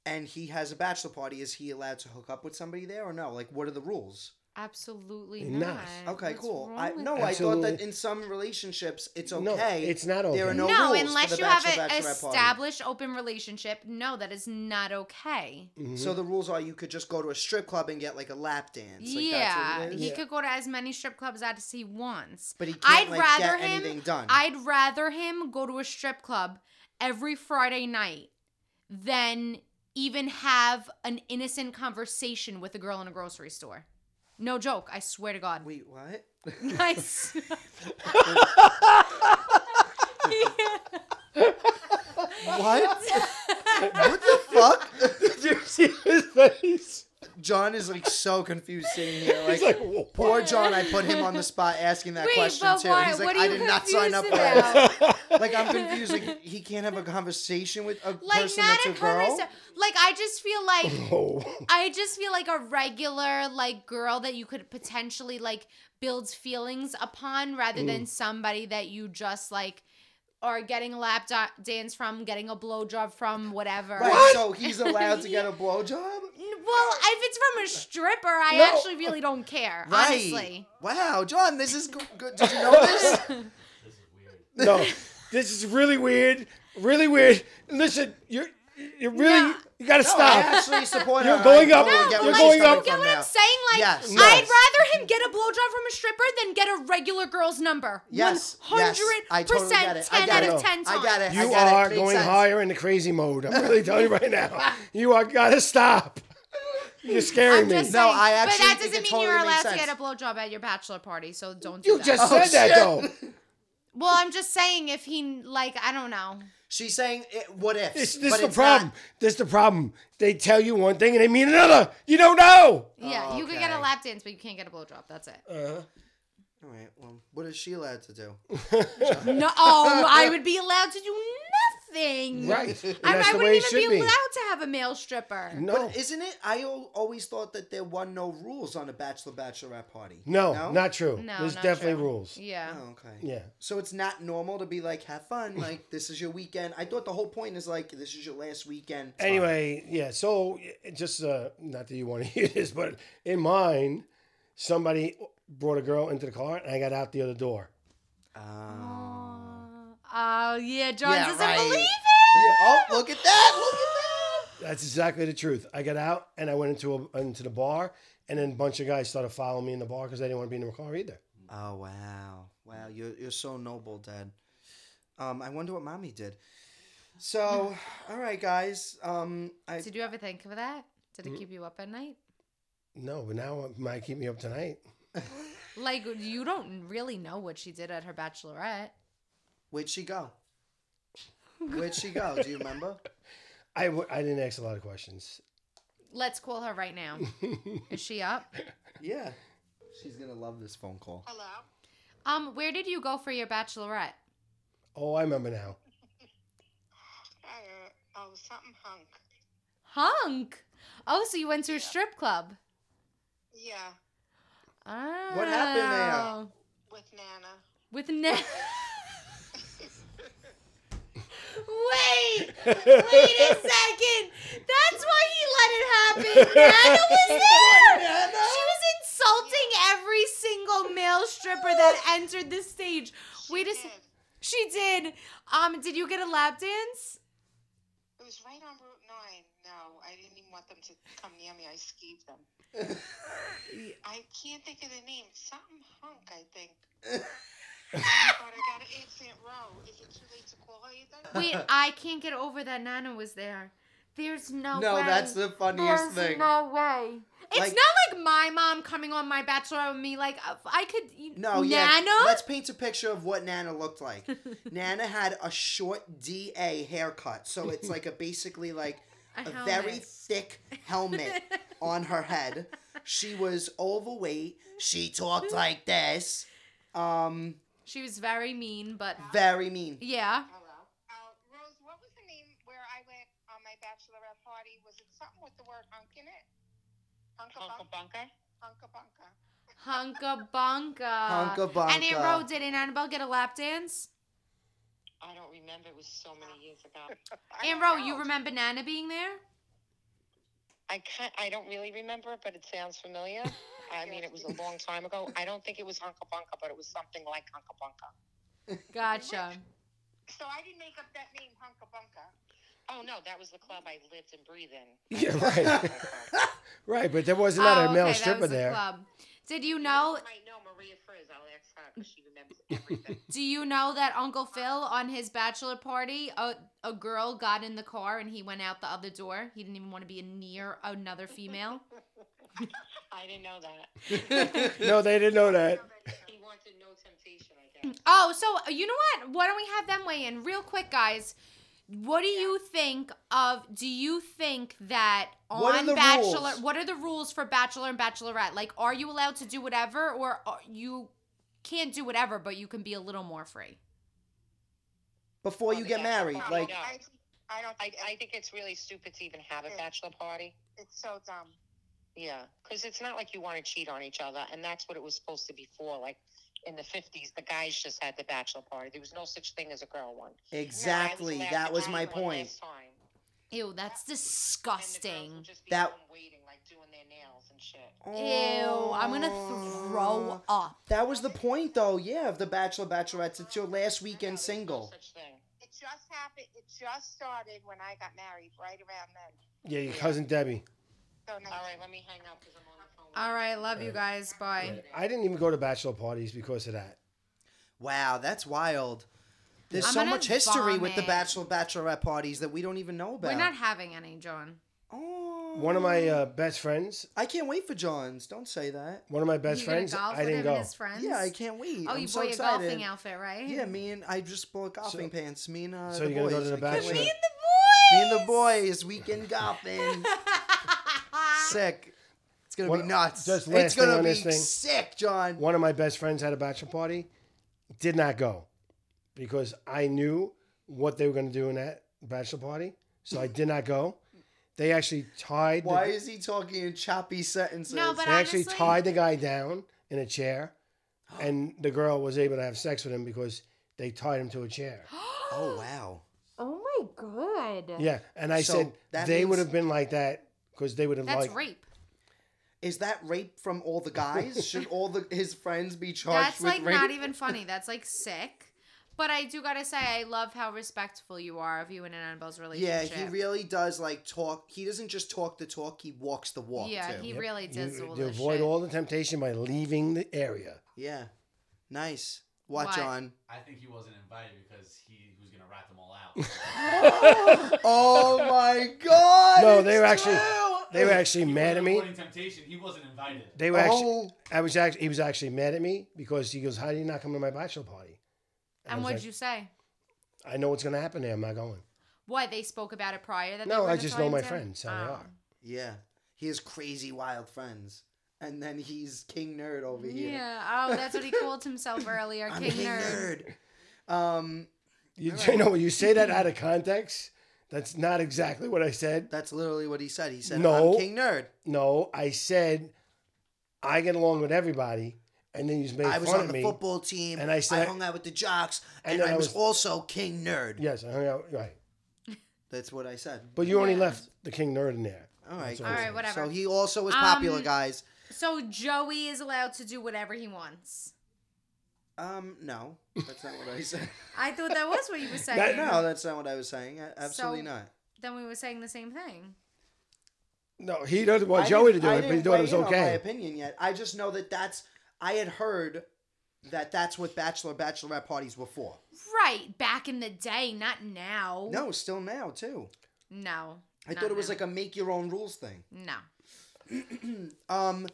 Speaker 5: and he has a bachelor party, is he allowed to hook up with somebody there or no? Like, what are the rules?
Speaker 8: Absolutely
Speaker 9: Not.
Speaker 8: not.
Speaker 5: Okay,
Speaker 8: What's
Speaker 5: cool.
Speaker 8: wrong
Speaker 5: I,
Speaker 8: with
Speaker 5: no,
Speaker 8: that?
Speaker 5: I thought that
Speaker 9: Absolutely.
Speaker 5: in some relationships it's okay.
Speaker 9: No, it's not okay.
Speaker 5: There are no,
Speaker 8: no,
Speaker 5: rules for
Speaker 8: unless
Speaker 5: the
Speaker 8: you have
Speaker 5: bachelor,
Speaker 8: an
Speaker 5: bachelorette party.
Speaker 8: established open relationship, no, that is not okay.
Speaker 9: Mm-hmm.
Speaker 5: So the rules are you could just go to a strip club and get like a lap dance. Like, that's
Speaker 8: yeah,
Speaker 5: what it is?
Speaker 8: he could go to as many strip clubs as he wants.
Speaker 5: But he can't, like,
Speaker 8: him.
Speaker 5: get anything done.
Speaker 8: I'd rather him go to a strip club every Friday night than even have an innocent conversation with a girl in a grocery store. No joke. I swear to <laughs> God.
Speaker 5: Wait, what?
Speaker 8: Nice.
Speaker 5: What? what the fuck? <laughs>
Speaker 9: Did <laughs> you see his face?
Speaker 5: John is like so confused sitting here. Like,
Speaker 9: He's like, "Whoa."
Speaker 8: <laughs>
Speaker 5: poor John, I put him on the spot asking that
Speaker 8: Wait,
Speaker 5: question
Speaker 8: but
Speaker 5: too.
Speaker 8: why?
Speaker 5: He's like,
Speaker 8: What are
Speaker 5: I
Speaker 8: you
Speaker 5: did not sign up for
Speaker 8: confused
Speaker 5: that. <laughs> like, I'm confused. Like,
Speaker 8: <laughs>
Speaker 5: he can't have a conversation with a
Speaker 8: like
Speaker 5: person
Speaker 8: not
Speaker 5: that's
Speaker 8: a
Speaker 5: a girl.
Speaker 8: conversation. Like I just feel like
Speaker 9: Oh.
Speaker 8: I just feel like a regular like girl that you could potentially like build feelings upon rather than
Speaker 5: Mm.
Speaker 8: somebody that you just like are getting a lap da- dance from, getting a blowjob from, whatever.
Speaker 5: Right, so he's allowed to get
Speaker 8: <laughs>
Speaker 5: a blowjob?
Speaker 8: N- Well, if it's from a stripper, I
Speaker 9: No.
Speaker 8: actually really don't care.
Speaker 5: Right.
Speaker 8: Honestly.
Speaker 5: Wow, John, this is good. good. Did you know
Speaker 8: <laughs>
Speaker 5: this?
Speaker 9: No, this is really weird. Really weird. Listen, you're you really
Speaker 8: No.
Speaker 9: you gotta
Speaker 5: No, I
Speaker 9: stop.
Speaker 5: actually support
Speaker 9: You're
Speaker 5: her.
Speaker 9: going
Speaker 5: I
Speaker 9: up.
Speaker 5: totally get where
Speaker 9: You're
Speaker 8: like, you
Speaker 5: she's
Speaker 9: going
Speaker 5: coming
Speaker 9: up.
Speaker 8: get
Speaker 5: from
Speaker 8: what I'm
Speaker 5: now.
Speaker 8: saying? Like,
Speaker 5: Yes.
Speaker 8: I'd
Speaker 5: Yes.
Speaker 8: rather him get a blowjob from a stripper than get a regular girl's number.
Speaker 5: Yes, yes,
Speaker 8: 100%,
Speaker 5: I totally get it. I
Speaker 8: 10
Speaker 5: got
Speaker 8: out of
Speaker 5: it.
Speaker 8: 10 times.
Speaker 5: I got it. I
Speaker 9: You
Speaker 5: got it.
Speaker 9: are
Speaker 5: Makes
Speaker 9: going
Speaker 5: sense.
Speaker 9: higher in the crazy mode. I'm really telling you
Speaker 5: <laughs>
Speaker 9: right now. You are gotta stop. You're scaring
Speaker 8: I'm
Speaker 9: me.
Speaker 8: just
Speaker 5: No,
Speaker 8: saying,
Speaker 5: I actually
Speaker 8: But that doesn't
Speaker 5: think
Speaker 8: mean
Speaker 5: it
Speaker 8: you're
Speaker 5: totally
Speaker 8: allowed
Speaker 5: makes
Speaker 8: to get a
Speaker 5: sense.
Speaker 8: blowjob at your bachelor party, so don't do
Speaker 9: you
Speaker 8: that.
Speaker 9: just
Speaker 5: Oh,
Speaker 9: said that
Speaker 5: shit.
Speaker 9: though.
Speaker 8: well, I'm just saying if he like I don't know.
Speaker 5: She's saying, it, what if?
Speaker 9: This, this
Speaker 5: but
Speaker 9: is the
Speaker 5: it's not-
Speaker 9: problem. This is the problem. They tell you one thing and they mean another. You don't know.
Speaker 8: Yeah, you could get a
Speaker 5: okay.
Speaker 8: lap dance, but you can't get a blowjob. That's it.
Speaker 5: All right, well, what is she allowed to do?
Speaker 8: oh,
Speaker 9: <laughs>
Speaker 8: no, I would be allowed to do nothing.
Speaker 9: Right. And
Speaker 8: I,
Speaker 9: that's
Speaker 8: I
Speaker 9: the
Speaker 8: wouldn't
Speaker 9: way it
Speaker 8: even be
Speaker 9: should be.
Speaker 8: allowed to have a male stripper.
Speaker 9: No,
Speaker 5: But isn't it? I al- always thought that there were no rules on a bachelor bachelorette party.
Speaker 9: no, not true.
Speaker 8: No,
Speaker 9: There's
Speaker 8: not
Speaker 9: definitely
Speaker 8: true.
Speaker 9: rules.
Speaker 8: Yeah.
Speaker 5: Oh, okay.
Speaker 9: Yeah.
Speaker 5: So it's not normal to be like, have
Speaker 9: <laughs>
Speaker 5: fun. Like this is your weekend. I thought the whole point is like this is your last weekend. It's
Speaker 9: Anyway, yeah. So it- just uh, not that you want to <laughs> hear this, but in mine, somebody brought a girl into the car, and I got out the other door.
Speaker 5: fine. Um,
Speaker 8: Oh yeah, John
Speaker 5: Yeah,
Speaker 8: doesn't
Speaker 5: right.
Speaker 8: believe it.
Speaker 5: yeah, oh, look at that! Look at
Speaker 9: That's exactly the truth. I got out and I went into a, into the bar, and then a bunch of guys started following me in the bar because they didn't want to be in the car either.
Speaker 5: that! Oh wow, wow! You're you're so noble, Dad. Um, I wonder what mommy did.
Speaker 9: <sighs>
Speaker 5: So, all right, guys. Um, I
Speaker 8: Did you ever think of that? Did
Speaker 9: Mm.
Speaker 8: it keep you up at night?
Speaker 9: No, but now it might keep me up tonight.
Speaker 8: Like you don't really know what she did at her bachelorette.
Speaker 5: where'd she
Speaker 9: <laughs>
Speaker 5: go? Where'd she go? Do you remember?
Speaker 9: I, w- I didn't ask a lot of questions.
Speaker 8: Let's call her right
Speaker 9: <laughs>
Speaker 8: now. Is she up?
Speaker 5: Yeah, she's gonna love this phone call.
Speaker 8: Um, where did you go for your bachelorette?
Speaker 9: Oh, I remember now.
Speaker 10: Oh, something hunk.
Speaker 8: Hunk. Oh, so you went to a strip club.
Speaker 10: Yeah,
Speaker 8: Oh.
Speaker 5: What happened there?
Speaker 10: with Nana.
Speaker 8: With Ned.
Speaker 10: <laughs>
Speaker 8: Wait! Wait a second! That's why he let it happen! Nana
Speaker 5: <laughs>
Speaker 8: was there! She was insulting every single male stripper
Speaker 10: <laughs>
Speaker 8: that entered the stage. Wait a second. She did. Um, did you get a lap dance?
Speaker 10: It was right on Route 9. No, I didn't even want them to come near me. I skeeved them. I can't think of the name. Something hunk, I think. but I got an instant row. Is it too late to call her, you think?
Speaker 5: <laughs>
Speaker 8: Wait, I can't get over that Nana was there. There's no,
Speaker 5: No,
Speaker 8: way.
Speaker 5: that's the funniest
Speaker 8: There's
Speaker 5: thing.
Speaker 8: No way. It's
Speaker 5: Like-
Speaker 8: not like my mom coming on my bachelor with me. Like uh, I could. You,
Speaker 5: No,
Speaker 8: Nana?
Speaker 5: yeah.
Speaker 8: <laughs>
Speaker 5: Let's paint a picture of what Nana looked like. Nana had a short DA haircut, so it's like a basically like
Speaker 8: <laughs> A
Speaker 5: a,
Speaker 8: helmet.
Speaker 5: very thick
Speaker 8: <laughs>
Speaker 5: helmet on her head. She was overweight. She
Speaker 8: <laughs>
Speaker 5: talked like this. Um,
Speaker 8: She was very mean, but
Speaker 5: very mean.
Speaker 8: yeah.
Speaker 10: Hello. Uh, Rose, what was the name where I went on my bachelorette party? Was it something with the word hunk in it? Hunka bunker? Hunka bunker.
Speaker 8: Hunka bunka.
Speaker 5: Hunka
Speaker 8: And Aunt
Speaker 5: bunka.
Speaker 8: Ro did Aunt Annabelle get a lap dance?
Speaker 10: I don't remember. It was so many years ago.
Speaker 8: <laughs> Aunt Ro, you remember Nana being there?
Speaker 10: I can't, I don't really remember it, but it sounds familiar. I mean, it was a
Speaker 9: <laughs>
Speaker 10: long time ago. I don't think it was Hunka Bunka, but it was something like Hunka Bunka.
Speaker 8: Gotcha.
Speaker 10: So I didn't make up that name, Hunka Bunka. Oh no, that was the club I lived and breathed in.
Speaker 9: <laughs> Yeah, right. <laughs> right, but there was not
Speaker 8: Oh,
Speaker 9: a male
Speaker 8: okay, that
Speaker 9: stripper
Speaker 8: was the
Speaker 9: there.
Speaker 8: club. Did you know?
Speaker 10: I might know Maria Frizz. I'll ask her because she
Speaker 5: <laughs>
Speaker 10: remembers everything.
Speaker 8: Do you know that Uncle Phil on his bachelor party, a, a girl got in the car and he went out the other door. He didn't even want to be near another female.
Speaker 10: I didn't know that.
Speaker 9: <laughs> No, they didn't
Speaker 10: <laughs>
Speaker 9: know that.
Speaker 10: He wanted no temptation, I guess.
Speaker 8: Oh, so you know what? Why don't we have them weigh in real quick, guys? What do you think of? Do you think that on
Speaker 5: What are the
Speaker 8: Bachelor,
Speaker 5: rules?
Speaker 8: what are the rules for Bachelor and Bachelorette? Like, are you allowed to do whatever, or are you can't do whatever, but you can be a little more free?
Speaker 5: Before you get married,
Speaker 8: Oh
Speaker 5: like
Speaker 10: I, don't. I, I think it's really stupid to even have a bachelor party. It's so dumb. Yeah, because it's not like you want to cheat on each other, and that's what it was supposed to be for. Like in the fifties, the guys just had the bachelor party. There was no such thing as a girl one.
Speaker 5: exactly.
Speaker 10: No, I laughed
Speaker 5: that
Speaker 10: at
Speaker 5: was
Speaker 10: guys
Speaker 5: my
Speaker 10: one
Speaker 5: point.
Speaker 10: last time,
Speaker 8: Ew, that's
Speaker 10: And the girls
Speaker 8: disgusting.
Speaker 10: would just be
Speaker 5: That-
Speaker 10: home waiting, like doing their nails and shit.
Speaker 8: Ew, I'm gonna
Speaker 5: Oh.
Speaker 8: throw up.
Speaker 5: That was the point, though. Yeah, of the Bachelor Bachelorettes. It's your last
Speaker 10: No,
Speaker 5: weekend
Speaker 10: there's
Speaker 5: single.
Speaker 10: No such thing.
Speaker 11: It just happened. It just started when I got married, right around then.
Speaker 9: Yeah, your cousin Debbie.
Speaker 11: So nice.
Speaker 10: All right, let me hang up because I'm on the phone.
Speaker 8: All right, love you guys. Bye.
Speaker 9: I didn't even go to bachelor parties because of that.
Speaker 5: Wow, that's wild. There's
Speaker 8: I'm
Speaker 5: so
Speaker 8: gonna
Speaker 5: much history with the
Speaker 8: vomit.
Speaker 5: bachelor bachelorette parties that we don't even know about.
Speaker 8: We're not having any, John.
Speaker 5: oh,
Speaker 9: One of my uh, best friends.
Speaker 5: I can't wait for John's. Don't say that.
Speaker 9: One of my best
Speaker 8: you gonna
Speaker 9: friends.
Speaker 8: golf
Speaker 9: I
Speaker 8: with
Speaker 9: didn't
Speaker 8: him
Speaker 9: go.
Speaker 8: and his friends?
Speaker 5: Yeah, I can't wait.
Speaker 8: Oh,
Speaker 5: I'm
Speaker 8: you
Speaker 5: so
Speaker 8: bought your
Speaker 5: excited.
Speaker 8: golfing outfit, right?
Speaker 5: Yeah, me and I just bought golfing pants. Me and uh, the
Speaker 9: So you're gonna
Speaker 5: boys.
Speaker 9: go to the
Speaker 5: I can't
Speaker 9: bachelor-
Speaker 8: Me
Speaker 5: wait.
Speaker 8: and
Speaker 9: Me
Speaker 8: the
Speaker 5: Me and the
Speaker 8: <laughs>
Speaker 5: boys weekend golfing.
Speaker 8: boys.
Speaker 5: sick. It's gonna
Speaker 9: One-
Speaker 5: be nuts.
Speaker 9: just last
Speaker 5: it's
Speaker 9: thing
Speaker 5: gonna
Speaker 9: on
Speaker 5: be
Speaker 9: this thing.
Speaker 5: sick, John.
Speaker 9: One of my best friends had a bachelor party. Did not go because I knew what they were going to do in that bachelor party, so I did not go. They actually tied.
Speaker 5: Why
Speaker 9: the,
Speaker 5: is he talking in choppy sentences?
Speaker 8: No, but
Speaker 9: they actually
Speaker 8: honestly-
Speaker 9: tied the guy down in a chair, and the girl was able to have sex with him because they tied him to
Speaker 8: <gasps>
Speaker 9: a chair.
Speaker 5: oh wow.
Speaker 8: Oh my god.
Speaker 9: Yeah, and I
Speaker 5: So
Speaker 9: said
Speaker 5: that
Speaker 9: they
Speaker 5: means-
Speaker 9: would have been like that because they would have
Speaker 8: That's
Speaker 9: like
Speaker 8: rape.
Speaker 5: Is that rape from all the
Speaker 9: <laughs>
Speaker 5: guys? Should all the his friends be
Speaker 9: oh,
Speaker 5: charged
Speaker 8: That's
Speaker 5: with
Speaker 8: like
Speaker 5: rape?
Speaker 8: not even funny. That's like sick. But I do gotta say, I love how respectful you are of you and Annabelle's
Speaker 5: yeah,
Speaker 8: relationship.
Speaker 5: he really does like talk. He doesn't just talk the talk; he walks the walk
Speaker 8: Yeah,
Speaker 5: too.
Speaker 8: he really does
Speaker 9: you,
Speaker 8: all
Speaker 9: you
Speaker 8: this
Speaker 9: avoid
Speaker 8: shit.
Speaker 9: all the temptation by leaving the area.
Speaker 5: yeah, nice. Watch
Speaker 8: What?
Speaker 5: on.
Speaker 4: I think he wasn't invited because he was gonna rat them all out.
Speaker 8: <laughs>
Speaker 5: Oh my god!
Speaker 9: No,
Speaker 5: it's
Speaker 9: they were actually
Speaker 5: true!
Speaker 9: they were actually mad at me.
Speaker 4: <laughs> temptation. He wasn't invited.
Speaker 9: They were actually
Speaker 5: Oh.
Speaker 9: I was actually he was actually mad at me because he goes, "How do you not come to my bachelor party?"
Speaker 8: and
Speaker 9: was
Speaker 8: what'd
Speaker 9: like-
Speaker 8: you say?
Speaker 9: I know what's going to happen there. I'm not going.
Speaker 8: What they spoke about it prior that they
Speaker 9: No,
Speaker 8: were
Speaker 9: I
Speaker 8: the
Speaker 9: just know my
Speaker 8: Toyota?
Speaker 9: friends how they
Speaker 8: Oh.
Speaker 9: are.
Speaker 5: Yeah, he has crazy wild friends, and then he's king nerd over here.
Speaker 8: Yeah. Oh, that's what he called himself
Speaker 9: <laughs>
Speaker 8: earlier,
Speaker 5: I'm
Speaker 8: King Nerd.
Speaker 5: nerd. Um,
Speaker 9: You, <laughs> you know, when you say
Speaker 5: <laughs>
Speaker 9: that out of context, that's not exactly what I said.
Speaker 5: that's literally what he said. He said,
Speaker 9: No.
Speaker 5: "I'm king nerd."
Speaker 9: No, I said I get along with everybody, and then you just made
Speaker 5: I
Speaker 9: fun
Speaker 5: was on
Speaker 9: of
Speaker 5: the
Speaker 9: me.
Speaker 5: football team,
Speaker 9: and I said-
Speaker 5: hung out with the jocks,
Speaker 9: and
Speaker 5: and,
Speaker 9: then
Speaker 5: I,
Speaker 9: I
Speaker 5: was,
Speaker 9: was-
Speaker 5: also king nerd.
Speaker 9: Yes, I hung out right,
Speaker 5: That's what I said.
Speaker 9: but you only left the king nerd in there.
Speaker 5: All right,
Speaker 9: That's what
Speaker 8: All
Speaker 9: I
Speaker 8: right,
Speaker 9: said.
Speaker 8: whatever.
Speaker 5: So he also was popular,
Speaker 8: Um,
Speaker 5: guys.
Speaker 8: So Joey is allowed to do whatever he wants.
Speaker 5: Um, no, that's not what I
Speaker 9: <laughs>
Speaker 5: said.
Speaker 8: I thought that was
Speaker 5: <laughs>
Speaker 8: what you were saying.
Speaker 5: no, that's not what I was saying. A- Absolutely
Speaker 8: So-
Speaker 5: not.
Speaker 8: Then we were saying the same thing.
Speaker 9: No, he doesn't want
Speaker 5: I
Speaker 9: Joey to
Speaker 5: didn't-
Speaker 9: do
Speaker 5: I
Speaker 9: it, but he
Speaker 5: didn't
Speaker 9: thought it was
Speaker 5: weigh in on My
Speaker 9: okay.
Speaker 5: opinion yet? I just know that that's. I had heard that that's what bachelor bachelorette parties were for.
Speaker 8: Right, back in the day, not now.
Speaker 5: No, still now too.
Speaker 8: No.
Speaker 5: I
Speaker 8: not
Speaker 5: thought it was
Speaker 8: now.
Speaker 5: like a make your own rules thing.
Speaker 8: No.
Speaker 5: Um.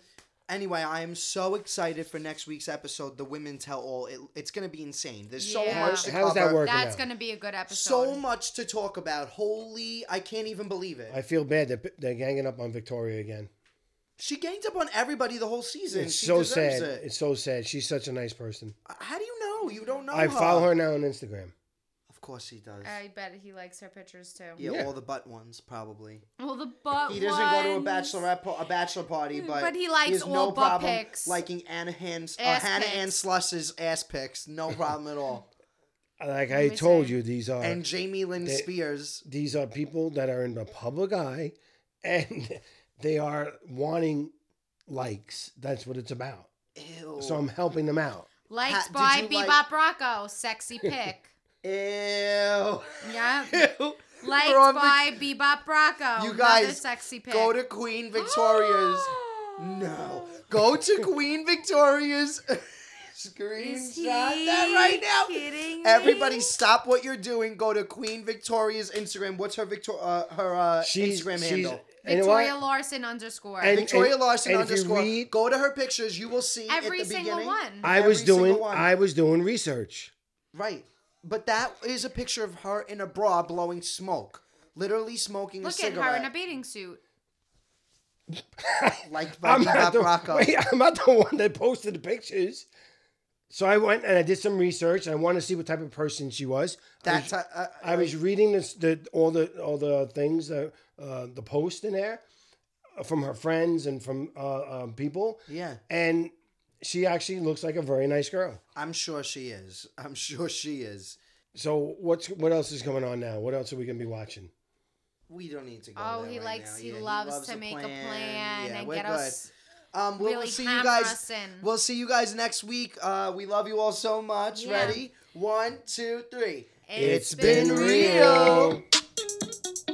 Speaker 5: Anyway, I am so excited for next week's episode, the Women Tell All. It, it's going to be insane. There's so
Speaker 8: Yeah.
Speaker 5: much to
Speaker 9: How's that
Speaker 5: cover.
Speaker 9: working
Speaker 8: That's
Speaker 9: out?
Speaker 8: gonna be a good episode.
Speaker 5: So much to talk about. Holy, I can't even believe it.
Speaker 9: I feel bad that they're ganging up on Victoria again.
Speaker 5: She ganged up on everybody the whole season.
Speaker 9: It's
Speaker 5: she
Speaker 9: so
Speaker 5: deserves
Speaker 9: sad.
Speaker 5: It. Uh,
Speaker 9: It's so sad. She's such a nice person.
Speaker 5: How do you know? You don't know.
Speaker 9: I follow
Speaker 5: uh,
Speaker 9: her now on Instagram.
Speaker 5: Of course he does.
Speaker 8: I bet he likes her pictures too.
Speaker 5: yeah,
Speaker 9: Yeah.
Speaker 5: all the butt ones probably.
Speaker 8: Well, the butt.
Speaker 5: He doesn't go to a
Speaker 8: ones. Mm,
Speaker 5: bachelorette pa- a bachelor party, but
Speaker 8: But he likes
Speaker 5: has
Speaker 8: all
Speaker 5: no
Speaker 8: butt
Speaker 5: problem
Speaker 8: pics.
Speaker 5: liking Anna Hans, uh,
Speaker 8: Ass
Speaker 5: Hannah
Speaker 8: pics.
Speaker 5: Ann Sluss's ass pics.
Speaker 9: <laughs>
Speaker 5: No problem at all.
Speaker 9: Like
Speaker 8: Let
Speaker 9: I
Speaker 8: me
Speaker 9: told
Speaker 8: see.
Speaker 9: you, these are
Speaker 5: and Jamie Lynn
Speaker 9: They-
Speaker 5: Spears.
Speaker 9: these are people that are in the public eye, and <laughs> they are wanting likes. That's what it's about.
Speaker 5: Ew.
Speaker 9: So I'm helping
Speaker 5: <laughs>
Speaker 9: them out.
Speaker 8: Liked
Speaker 5: Ha-
Speaker 8: by
Speaker 5: did you
Speaker 8: Bebop
Speaker 5: like-
Speaker 8: Rocco,
Speaker 5: <laughs>
Speaker 8: sexy pic.
Speaker 5: Ew.
Speaker 8: yeah.
Speaker 5: Ew.
Speaker 8: Liked
Speaker 5: From Vic-
Speaker 8: by Bebop Rocco.
Speaker 5: You
Speaker 8: another
Speaker 5: guys,
Speaker 8: sexy pic.
Speaker 5: Go to
Speaker 8: <gasps>
Speaker 5: Queen Victoria's. no.
Speaker 8: <laughs>
Speaker 5: Go to Queen Victoria's. <laughs>
Speaker 8: Is
Speaker 5: Screenshot
Speaker 8: he
Speaker 5: that right now.
Speaker 8: Kidding me?
Speaker 5: Everybody, stop what you're doing. Go to Queen Victoria's Instagram. What's her Victor- uh, her uh,
Speaker 9: She's,
Speaker 5: Instagram
Speaker 9: she's
Speaker 5: handle?
Speaker 9: and you know
Speaker 8: Victoria
Speaker 9: what?
Speaker 8: Larson underscore.
Speaker 9: And-
Speaker 5: Victoria Larson
Speaker 9: and if you
Speaker 5: underscore.
Speaker 9: read-
Speaker 5: go to her pictures. You will see at
Speaker 8: Every
Speaker 5: the
Speaker 8: single
Speaker 5: beginning.
Speaker 8: one.
Speaker 9: I was
Speaker 5: Every single
Speaker 9: doing
Speaker 5: one.
Speaker 9: I was doing research.
Speaker 5: Right, but that is a picture of her in a bra blowing smoke, literally smoking a
Speaker 8: Look at
Speaker 5: cigarette.
Speaker 8: her in a bathing suit.
Speaker 5: like by
Speaker 9: I'm
Speaker 5: Bebop
Speaker 9: not, the, <laughs>
Speaker 5: Rocco.
Speaker 9: wait, I'm not the one that posted the pictures. So I went and I did some research. And I wanted to see what type of person she was.
Speaker 5: That's uh, uh,
Speaker 9: I was reading this, the all the all the things uh, uh, the post in there uh, from her friends and from uh, um, people,
Speaker 5: yeah.
Speaker 9: and she actually looks like a very nice girl.
Speaker 5: I'm sure she is. <laughs> I'm sure she is.
Speaker 9: So what's what else is going on now? What else are we gonna be watching?
Speaker 5: We don't need to go.
Speaker 8: Oh,
Speaker 5: there
Speaker 8: he
Speaker 5: right
Speaker 8: likes.
Speaker 5: now.
Speaker 8: he,
Speaker 5: Yeah,
Speaker 8: loves to
Speaker 5: a
Speaker 8: make a plan
Speaker 5: Yeah,
Speaker 8: and
Speaker 5: we're
Speaker 8: get
Speaker 5: good.
Speaker 8: us.
Speaker 5: Um, we'll, we'll
Speaker 8: really
Speaker 5: see you
Speaker 8: hammer
Speaker 5: guys.
Speaker 8: us in.
Speaker 5: We'll see you guys next week. Uh, we love you all so much.
Speaker 8: Yeah.
Speaker 5: Ready? One, two, three.
Speaker 8: It's
Speaker 5: It's been been real. real.